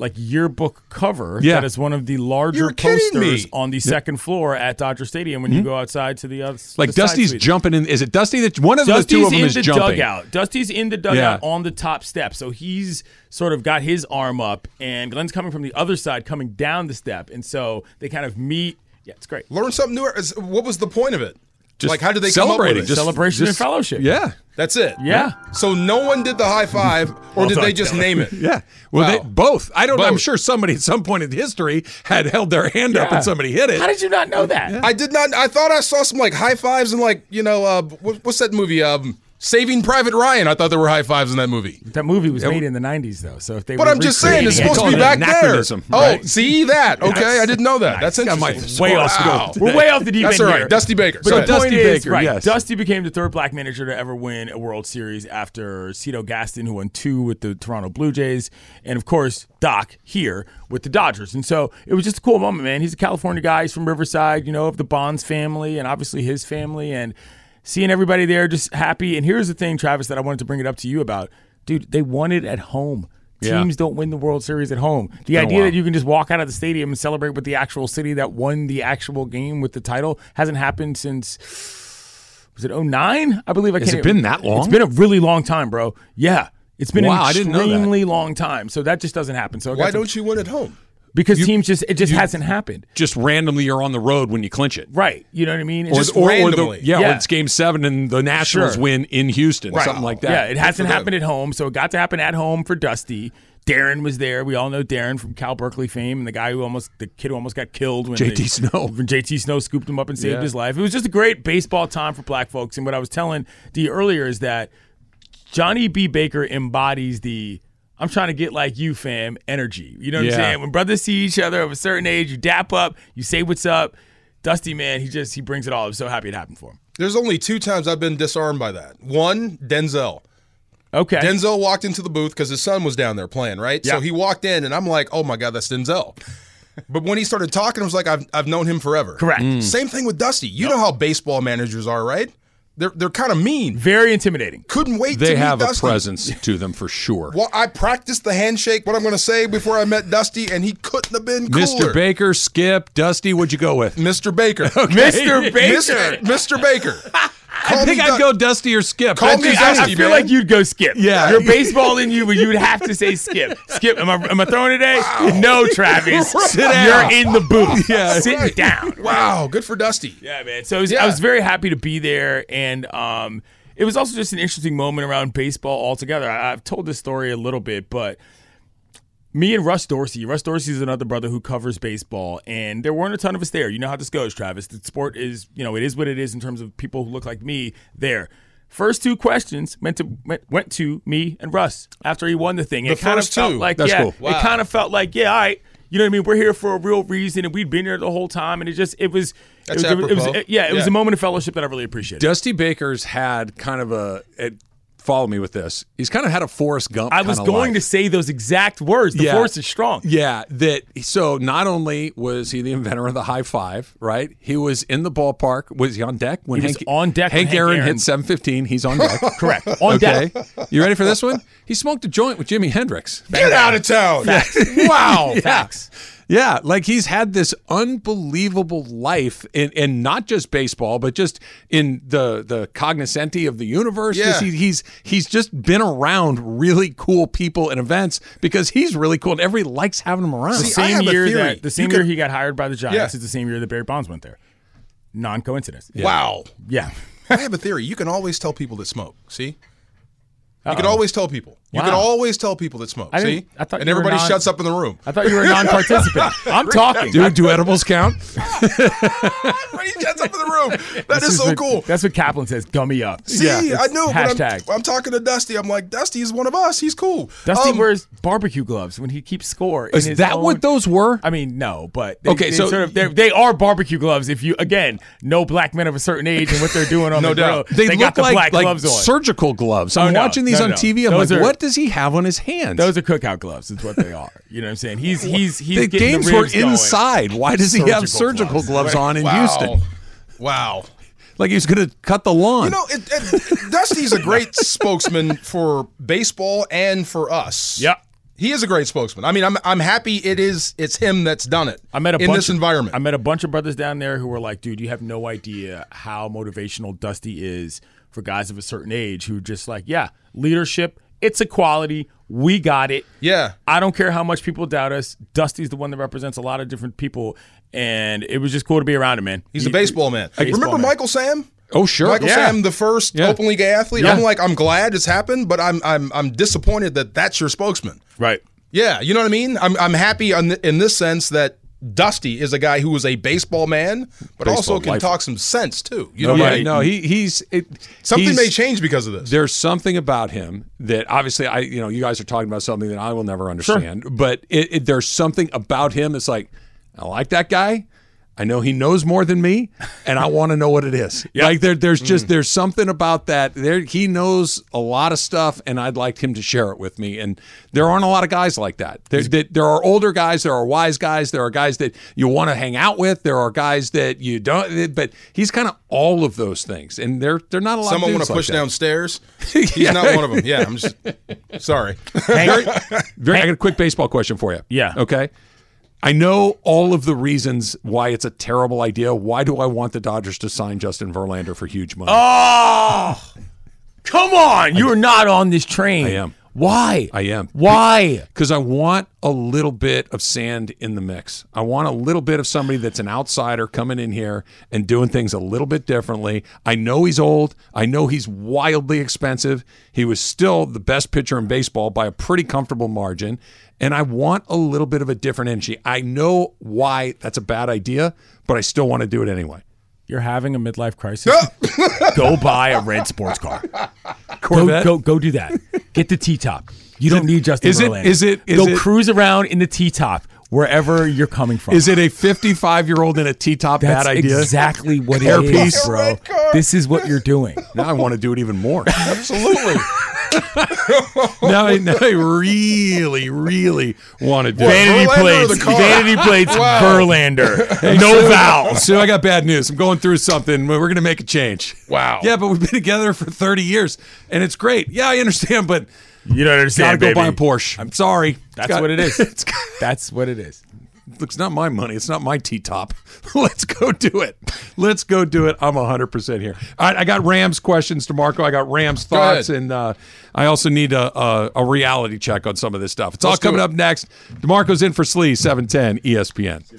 Speaker 8: like yearbook cover
Speaker 1: Yeah.
Speaker 8: that is one of the larger
Speaker 2: You're kidding
Speaker 8: posters
Speaker 2: me.
Speaker 8: on the second floor at Dodger Stadium when you go outside to the other
Speaker 1: Hmm? like
Speaker 8: the side
Speaker 1: Dusty's
Speaker 8: suite.
Speaker 1: jumping in. Is it Dusty that one of the
Speaker 8: Dusty's
Speaker 1: two of them
Speaker 8: in
Speaker 1: is
Speaker 8: the
Speaker 1: jumping?
Speaker 8: dugout. Dusty's in the dugout
Speaker 1: Yeah.
Speaker 8: on the top step, so he's sort of got his arm up, and Glenn's coming from the other side, coming down the step, and so they kind of meet. Yeah, it's great.
Speaker 2: Learn something new. Is- What was the point of it?
Speaker 1: Just
Speaker 2: like, how did they
Speaker 1: celebrating?
Speaker 2: come up with it?
Speaker 1: Just-
Speaker 8: Celebration
Speaker 1: just-
Speaker 8: and fellowship.
Speaker 1: Yeah.
Speaker 2: That's it.
Speaker 8: Yeah.
Speaker 2: So no one did the high five, or did they
Speaker 8: done,
Speaker 2: just
Speaker 8: Taylor.
Speaker 2: name it?
Speaker 1: Yeah. Well,
Speaker 2: Wow.
Speaker 1: they, both. I don't. know. I'm
Speaker 2: Both.
Speaker 1: sure somebody at some point in history had held their hand up
Speaker 8: Yeah.
Speaker 1: and somebody hit it.
Speaker 8: How did you not know that?
Speaker 2: I did not. I thought I saw some like high fives and like you know uh, what, what's that movie? Um, Saving Private Ryan. I thought there were high fives in that movie.
Speaker 8: That movie was made in the '90s, though. So if they,
Speaker 2: But
Speaker 8: were
Speaker 2: I'm just saying
Speaker 8: recreating
Speaker 2: it's
Speaker 8: it-
Speaker 2: supposed to
Speaker 1: called
Speaker 2: be
Speaker 1: an
Speaker 2: back there.
Speaker 1: anachronism,
Speaker 2: Oh,
Speaker 1: right?
Speaker 2: see that? Okay, I didn't know that. That's
Speaker 1: Got
Speaker 2: interesting.
Speaker 1: my
Speaker 8: way off
Speaker 2: Wow.
Speaker 8: script. We're way off the deep
Speaker 2: That's
Speaker 8: end
Speaker 2: all right.
Speaker 8: here.
Speaker 2: Dusty Baker.
Speaker 8: But
Speaker 2: Go
Speaker 8: the
Speaker 2: ahead.
Speaker 8: point
Speaker 1: Dusty
Speaker 8: is,
Speaker 1: Baker,
Speaker 8: right,
Speaker 1: yes.
Speaker 8: Dusty became the third black manager to ever win a World Series after Cito Gaston, who won two with the Toronto Blue Jays, and of course Doc here with the Dodgers. And so it was just a cool moment, man. He's a California guy. He's from Riverside, you know, of the Bonds family, and obviously his family, and seeing everybody there just happy. And here's the thing, Travis, that I wanted to bring it up to you about, dude. They won it at home.
Speaker 1: Yeah.
Speaker 8: Teams don't win the World Series at home. The idea that you can just walk out of the stadium and celebrate with the actual city that won the actual game with the title hasn't happened since was it 09? I believe I
Speaker 1: Has
Speaker 8: can't
Speaker 1: it been that long?
Speaker 8: It's been a really long time, bro. Yeah. It's been
Speaker 1: Wow,
Speaker 8: an
Speaker 1: I didn't know that.
Speaker 8: extremely long time, so that just doesn't happen. So I got
Speaker 2: Why
Speaker 8: some-
Speaker 2: don't you win at home?
Speaker 8: Because teams just it just hasn't happened.
Speaker 1: Just randomly, you're on the road when you clinch it,
Speaker 8: right? You know what I mean?
Speaker 1: Or,
Speaker 8: Just
Speaker 1: or, or the,
Speaker 8: randomly.
Speaker 1: yeah, or
Speaker 8: Yeah.
Speaker 1: it's game seven and the Nationals
Speaker 8: Sure.
Speaker 1: win in Houston,
Speaker 8: Right.
Speaker 1: something like that.
Speaker 8: Yeah, it hasn't happened at home, so it got to happen at home for Dusty. Darren was there. We all know Darren from Cal Berkeley fame, and the guy who almost, the kid who almost got killed when
Speaker 1: JT
Speaker 8: they-
Speaker 1: Snow.
Speaker 8: when JT Snow scooped him up and saved
Speaker 1: Yeah.
Speaker 8: his life. It was just a great baseball time for Black folks. And what I was telling D earlier is that Johnny B. Baker embodies the I'm trying to get like you, fam, energy. You know what
Speaker 1: Yeah.
Speaker 8: I'm saying? When brothers see each other of a certain age, you dap up, you say what's up. Dusty man, he just he brings it all. I'm so happy it happened for him.
Speaker 2: There's only two times I've been disarmed by that. One, Denzel.
Speaker 8: Okay.
Speaker 2: Denzel walked into the booth because his son was down there playing, right?
Speaker 8: Yeah.
Speaker 2: So he walked in, and I'm like, oh my God, that's Denzel. But when he started talking, I was like, I've, I've known him forever.
Speaker 8: Correct. Mm.
Speaker 2: Same thing with Dusty. You know how baseball managers are, right? They're, they're kind of mean.
Speaker 8: Very intimidating.
Speaker 2: Couldn't wait to
Speaker 1: They
Speaker 2: meet
Speaker 1: have a
Speaker 2: Dusty.
Speaker 1: presence to them for sure.
Speaker 2: Well, I practiced the handshake, what I'm going to say before I met Dusty, and he couldn't have been cooler.
Speaker 1: Mr. Baker, Skip, Dusty, what'd you go with?
Speaker 2: Mr. Baker.
Speaker 8: Mr. Baker.
Speaker 2: Mr. Mr. Baker.
Speaker 1: I think I'd go Dusty or Skip.
Speaker 2: Call
Speaker 1: I
Speaker 2: me
Speaker 1: think-
Speaker 8: I, I
Speaker 2: Dusty,
Speaker 8: feel
Speaker 2: man.
Speaker 8: like you'd go skip.
Speaker 1: Yeah.
Speaker 8: Your baseball in you, but you would have to say skip. Skip. Am I, am I throwing today? No, Travis.
Speaker 1: Sit
Speaker 8: You're
Speaker 1: down.
Speaker 8: in the booth.
Speaker 1: Yeah.
Speaker 8: Sit
Speaker 2: Right.
Speaker 8: down.
Speaker 2: Wow, good for Dusty.
Speaker 8: Yeah, man. So it was,
Speaker 2: Yeah.
Speaker 8: I was very happy to be there, and um, it was also just an interesting moment around baseball altogether. I, I've told this story a little bit, but me and Russ Dorsey. Russ Dorsey is another brother who covers baseball, and there weren't a ton of us there. You know how this goes, Travis. The sport is, you know, it is what it is in terms of people who look like me there. First two questions meant to went, went to me and Russ after he won the thing.
Speaker 2: The
Speaker 8: it kind of
Speaker 2: first
Speaker 8: felt
Speaker 2: two.
Speaker 8: like
Speaker 1: That's
Speaker 8: yeah,
Speaker 1: cool.
Speaker 8: it kind of felt like yeah, all right. You know what I mean? We're here for a real reason, and we'd been here the whole time, and it just it was it
Speaker 2: That's
Speaker 8: was, it was-
Speaker 2: apropos.
Speaker 8: yeah, it was
Speaker 2: Yeah.
Speaker 8: a moment of fellowship that I really appreciated.
Speaker 1: Dusty Baker's had kind of a. It, follow me with this. He's kind of had a Forrest Gump.
Speaker 8: I was
Speaker 1: kinda
Speaker 8: going to
Speaker 1: life.
Speaker 8: say those exact words. The
Speaker 1: Yeah.
Speaker 8: force is strong.
Speaker 1: Yeah, that so not only was he the inventor of the high five, right? He was in the ballpark. Was he on deck when
Speaker 8: He was
Speaker 1: Hank
Speaker 8: on deck when
Speaker 1: Hank,
Speaker 8: Hank
Speaker 1: Aaron,
Speaker 8: Aaron-
Speaker 1: hit seven fifteen. He's on deck.
Speaker 8: Correct. On
Speaker 1: okay.
Speaker 8: deck.
Speaker 1: You ready for this one? He smoked a joint with Jimi Hendrix.
Speaker 2: Get out of town.
Speaker 8: Wow. Facts.
Speaker 1: Yeah, like he's had this unbelievable life in and not just baseball, but just in the the cognoscenti of the universe.
Speaker 2: Yeah.
Speaker 1: Just he- he's he's just been around really cool people and events because he's really cool and everybody likes having him around.
Speaker 2: See,
Speaker 8: The
Speaker 2: I
Speaker 8: same
Speaker 2: have a
Speaker 8: year
Speaker 2: theory.
Speaker 8: that the
Speaker 2: You
Speaker 8: same
Speaker 2: could-
Speaker 8: year he got hired by the Giants
Speaker 2: Yeah.
Speaker 8: is the same year that Barry Bonds went there. Non coincidence.
Speaker 2: Wow.
Speaker 8: Yeah.
Speaker 2: I have a theory. You can always tell people that smoke. See? You can always tell people. You can
Speaker 8: Wow.
Speaker 2: always tell people that smoke.
Speaker 8: I
Speaker 2: see?
Speaker 8: didn't- I thought
Speaker 2: and
Speaker 8: you were
Speaker 2: everybody
Speaker 8: non-
Speaker 2: shuts up in the room.
Speaker 8: I thought you were a non participant. I'm talking.
Speaker 1: Dude, do edibles count?
Speaker 2: Everybody shuts up in the room. That is
Speaker 8: This
Speaker 2: so
Speaker 8: what-
Speaker 2: cool.
Speaker 8: That's what Kaplan says. Gummy up.
Speaker 2: See, I
Speaker 8: It's
Speaker 2: knew. it when I'm,
Speaker 8: Hashtag.
Speaker 2: I'm talking to Dusty. I'm like, Dusty is one of us. He's cool.
Speaker 8: Dusty
Speaker 2: Um,
Speaker 8: wears Oh, barbecue gloves when he keeps score. in
Speaker 1: Is
Speaker 8: his
Speaker 1: that
Speaker 8: own-
Speaker 1: what those were?
Speaker 8: I mean, no, but they,
Speaker 1: Okay,
Speaker 8: they
Speaker 1: so-
Speaker 8: sort of they're- they are barbecue gloves. If you again know black men of a certain age and what they're doing on
Speaker 2: No
Speaker 8: the grill,
Speaker 2: doubt.
Speaker 1: They,
Speaker 8: they
Speaker 1: look
Speaker 8: got the
Speaker 1: like,
Speaker 8: black
Speaker 1: like
Speaker 8: gloves on.
Speaker 1: surgical gloves. I'm
Speaker 8: Oh, no.
Speaker 1: watching these
Speaker 8: No,
Speaker 1: on
Speaker 8: no.
Speaker 1: TV. I'm
Speaker 8: Those
Speaker 1: like,
Speaker 8: are-
Speaker 1: what does he have on his hands?
Speaker 8: Those are cookout gloves. Is what they are. You know what I'm saying? He's he's he's
Speaker 1: the
Speaker 8: getting
Speaker 1: games
Speaker 8: the
Speaker 1: were
Speaker 8: ribs going.
Speaker 1: inside. Why does he have surgical gloves, on in
Speaker 2: wow.
Speaker 1: Houston?
Speaker 2: Wow.
Speaker 1: Like he's going to cut the lawn.
Speaker 2: You know, it, it, Dusty's a great spokesman for baseball and for us.
Speaker 8: Yep.
Speaker 2: He is a great spokesman. I mean, I'm I'm happy it is it's him that's done it.
Speaker 8: I met a
Speaker 2: in
Speaker 8: bunch
Speaker 2: this
Speaker 8: of,
Speaker 2: environment.
Speaker 8: I met a bunch of brothers down there who were like, "Dude, you have no idea how motivational Dusty is for guys of a certain age who are just like, yeah, leadership, it's a quality. We got it.
Speaker 2: Yeah.
Speaker 8: I don't care how much people doubt us. Dusty's the one that represents a lot of different people, and it was just cool to be around him, man.
Speaker 2: He's
Speaker 8: He-
Speaker 2: a baseball man.
Speaker 8: Baseball
Speaker 2: Remember
Speaker 8: man.
Speaker 2: Michael Sam?
Speaker 1: Oh, sure.
Speaker 2: Michael
Speaker 1: Yeah.
Speaker 2: Sam, the first
Speaker 1: Yeah.
Speaker 2: openly gay athlete.
Speaker 8: Yeah.
Speaker 2: I'm like, I'm glad it's happened, but I'm I'm I'm disappointed that that's your spokesman.
Speaker 8: Right.
Speaker 2: Yeah, you know what I mean. I'm I'm happy on th- in this sense that Dusty is a guy who is a baseball man, but also
Speaker 1: Baseball
Speaker 2: can
Speaker 1: life.
Speaker 2: talk some sense too. You know, what I
Speaker 1: yeah,
Speaker 2: mean?
Speaker 1: no, he, he's it,
Speaker 2: something
Speaker 1: he's-
Speaker 2: may change because of this.
Speaker 1: There's something about him that obviously I, you know, you guys are talking about something that I will never understand. But it, it, there's something about him that's like, I like that guy. I know he knows more than me, and I want to know what it is. Like there, there's just
Speaker 2: Mm.
Speaker 1: there's something about that. There, he knows a lot of stuff, and I'd like him to share it with me. And there aren't a lot of guys like that. There, that- there are older guys, there are wise guys, there are guys that you want to hang out with, there are guys that you don't. But he's kind of all of those things, and they're they're not a lot.
Speaker 2: Someone
Speaker 1: of dudes
Speaker 2: want to
Speaker 1: like
Speaker 2: push
Speaker 1: that.
Speaker 2: downstairs? He's not one of them. Yeah, I'm just sorry.
Speaker 1: Very, I got a quick baseball question for you.
Speaker 8: Yeah.
Speaker 1: Okay. I know all of the reasons why it's a terrible idea. Why do I want the Dodgers to sign Justin Verlander for huge money?
Speaker 8: Oh, come on! You are not on this train. I
Speaker 1: am. Why? I am. Why? Because I want a little bit of sand in the mix. I want a little bit of somebody that's an outsider coming in here and doing things a little bit differently. I know he's old. I know he's wildly expensive. He was still the best pitcher in baseball by a pretty comfortable margin. And I want a little bit of a different energy. I know why that's a bad idea, but I still want to do it anyway.
Speaker 8: You're having a midlife crisis. go buy a red sports car.
Speaker 1: Corvette?
Speaker 8: Go, go, go do that. Get the T top. You don't need Justin
Speaker 1: is it-
Speaker 8: Verlander.
Speaker 1: is it- is
Speaker 8: go
Speaker 1: it-
Speaker 8: cruise around in the T top wherever you're coming from.
Speaker 1: Is it a 55 year old in a T top
Speaker 8: That's
Speaker 1: bad idea?
Speaker 8: exactly what it is,
Speaker 1: Hairpiece. Oh
Speaker 8: bro. This is what you're doing.
Speaker 1: Now I want to do it even more.
Speaker 2: Absolutely.
Speaker 1: now, I, now I really, really want to do it.
Speaker 8: Vanity
Speaker 2: Verlander or
Speaker 8: plates.
Speaker 2: the car?
Speaker 8: Vanity plates.
Speaker 2: Wow.
Speaker 8: Verlander. No
Speaker 1: Sue,
Speaker 8: vowels.
Speaker 1: Sue, I got bad news. I'm going through something. We're going to make a change.
Speaker 2: Wow.
Speaker 1: Yeah, but we've been together for 30 years and it's great. Yeah, I understand, but
Speaker 8: You don't
Speaker 1: gotta
Speaker 8: understand,
Speaker 1: go
Speaker 8: baby.
Speaker 1: buy a Porsche. I'm sorry.
Speaker 8: That's what it is.
Speaker 1: It's,
Speaker 8: That's what it is.
Speaker 1: it's not my money. It's not my T top. Let's go do it. Let's go do it. I'm 100% here. All right, I got Rams questions to Marco. I got Rams
Speaker 2: ahead.
Speaker 1: thoughts, and uh, I also need a, a, a reality check on some of this stuff. It's all
Speaker 2: Let's do
Speaker 1: coming
Speaker 2: it.
Speaker 1: E up next. DeMarco's in for Slee, 710 ESPN.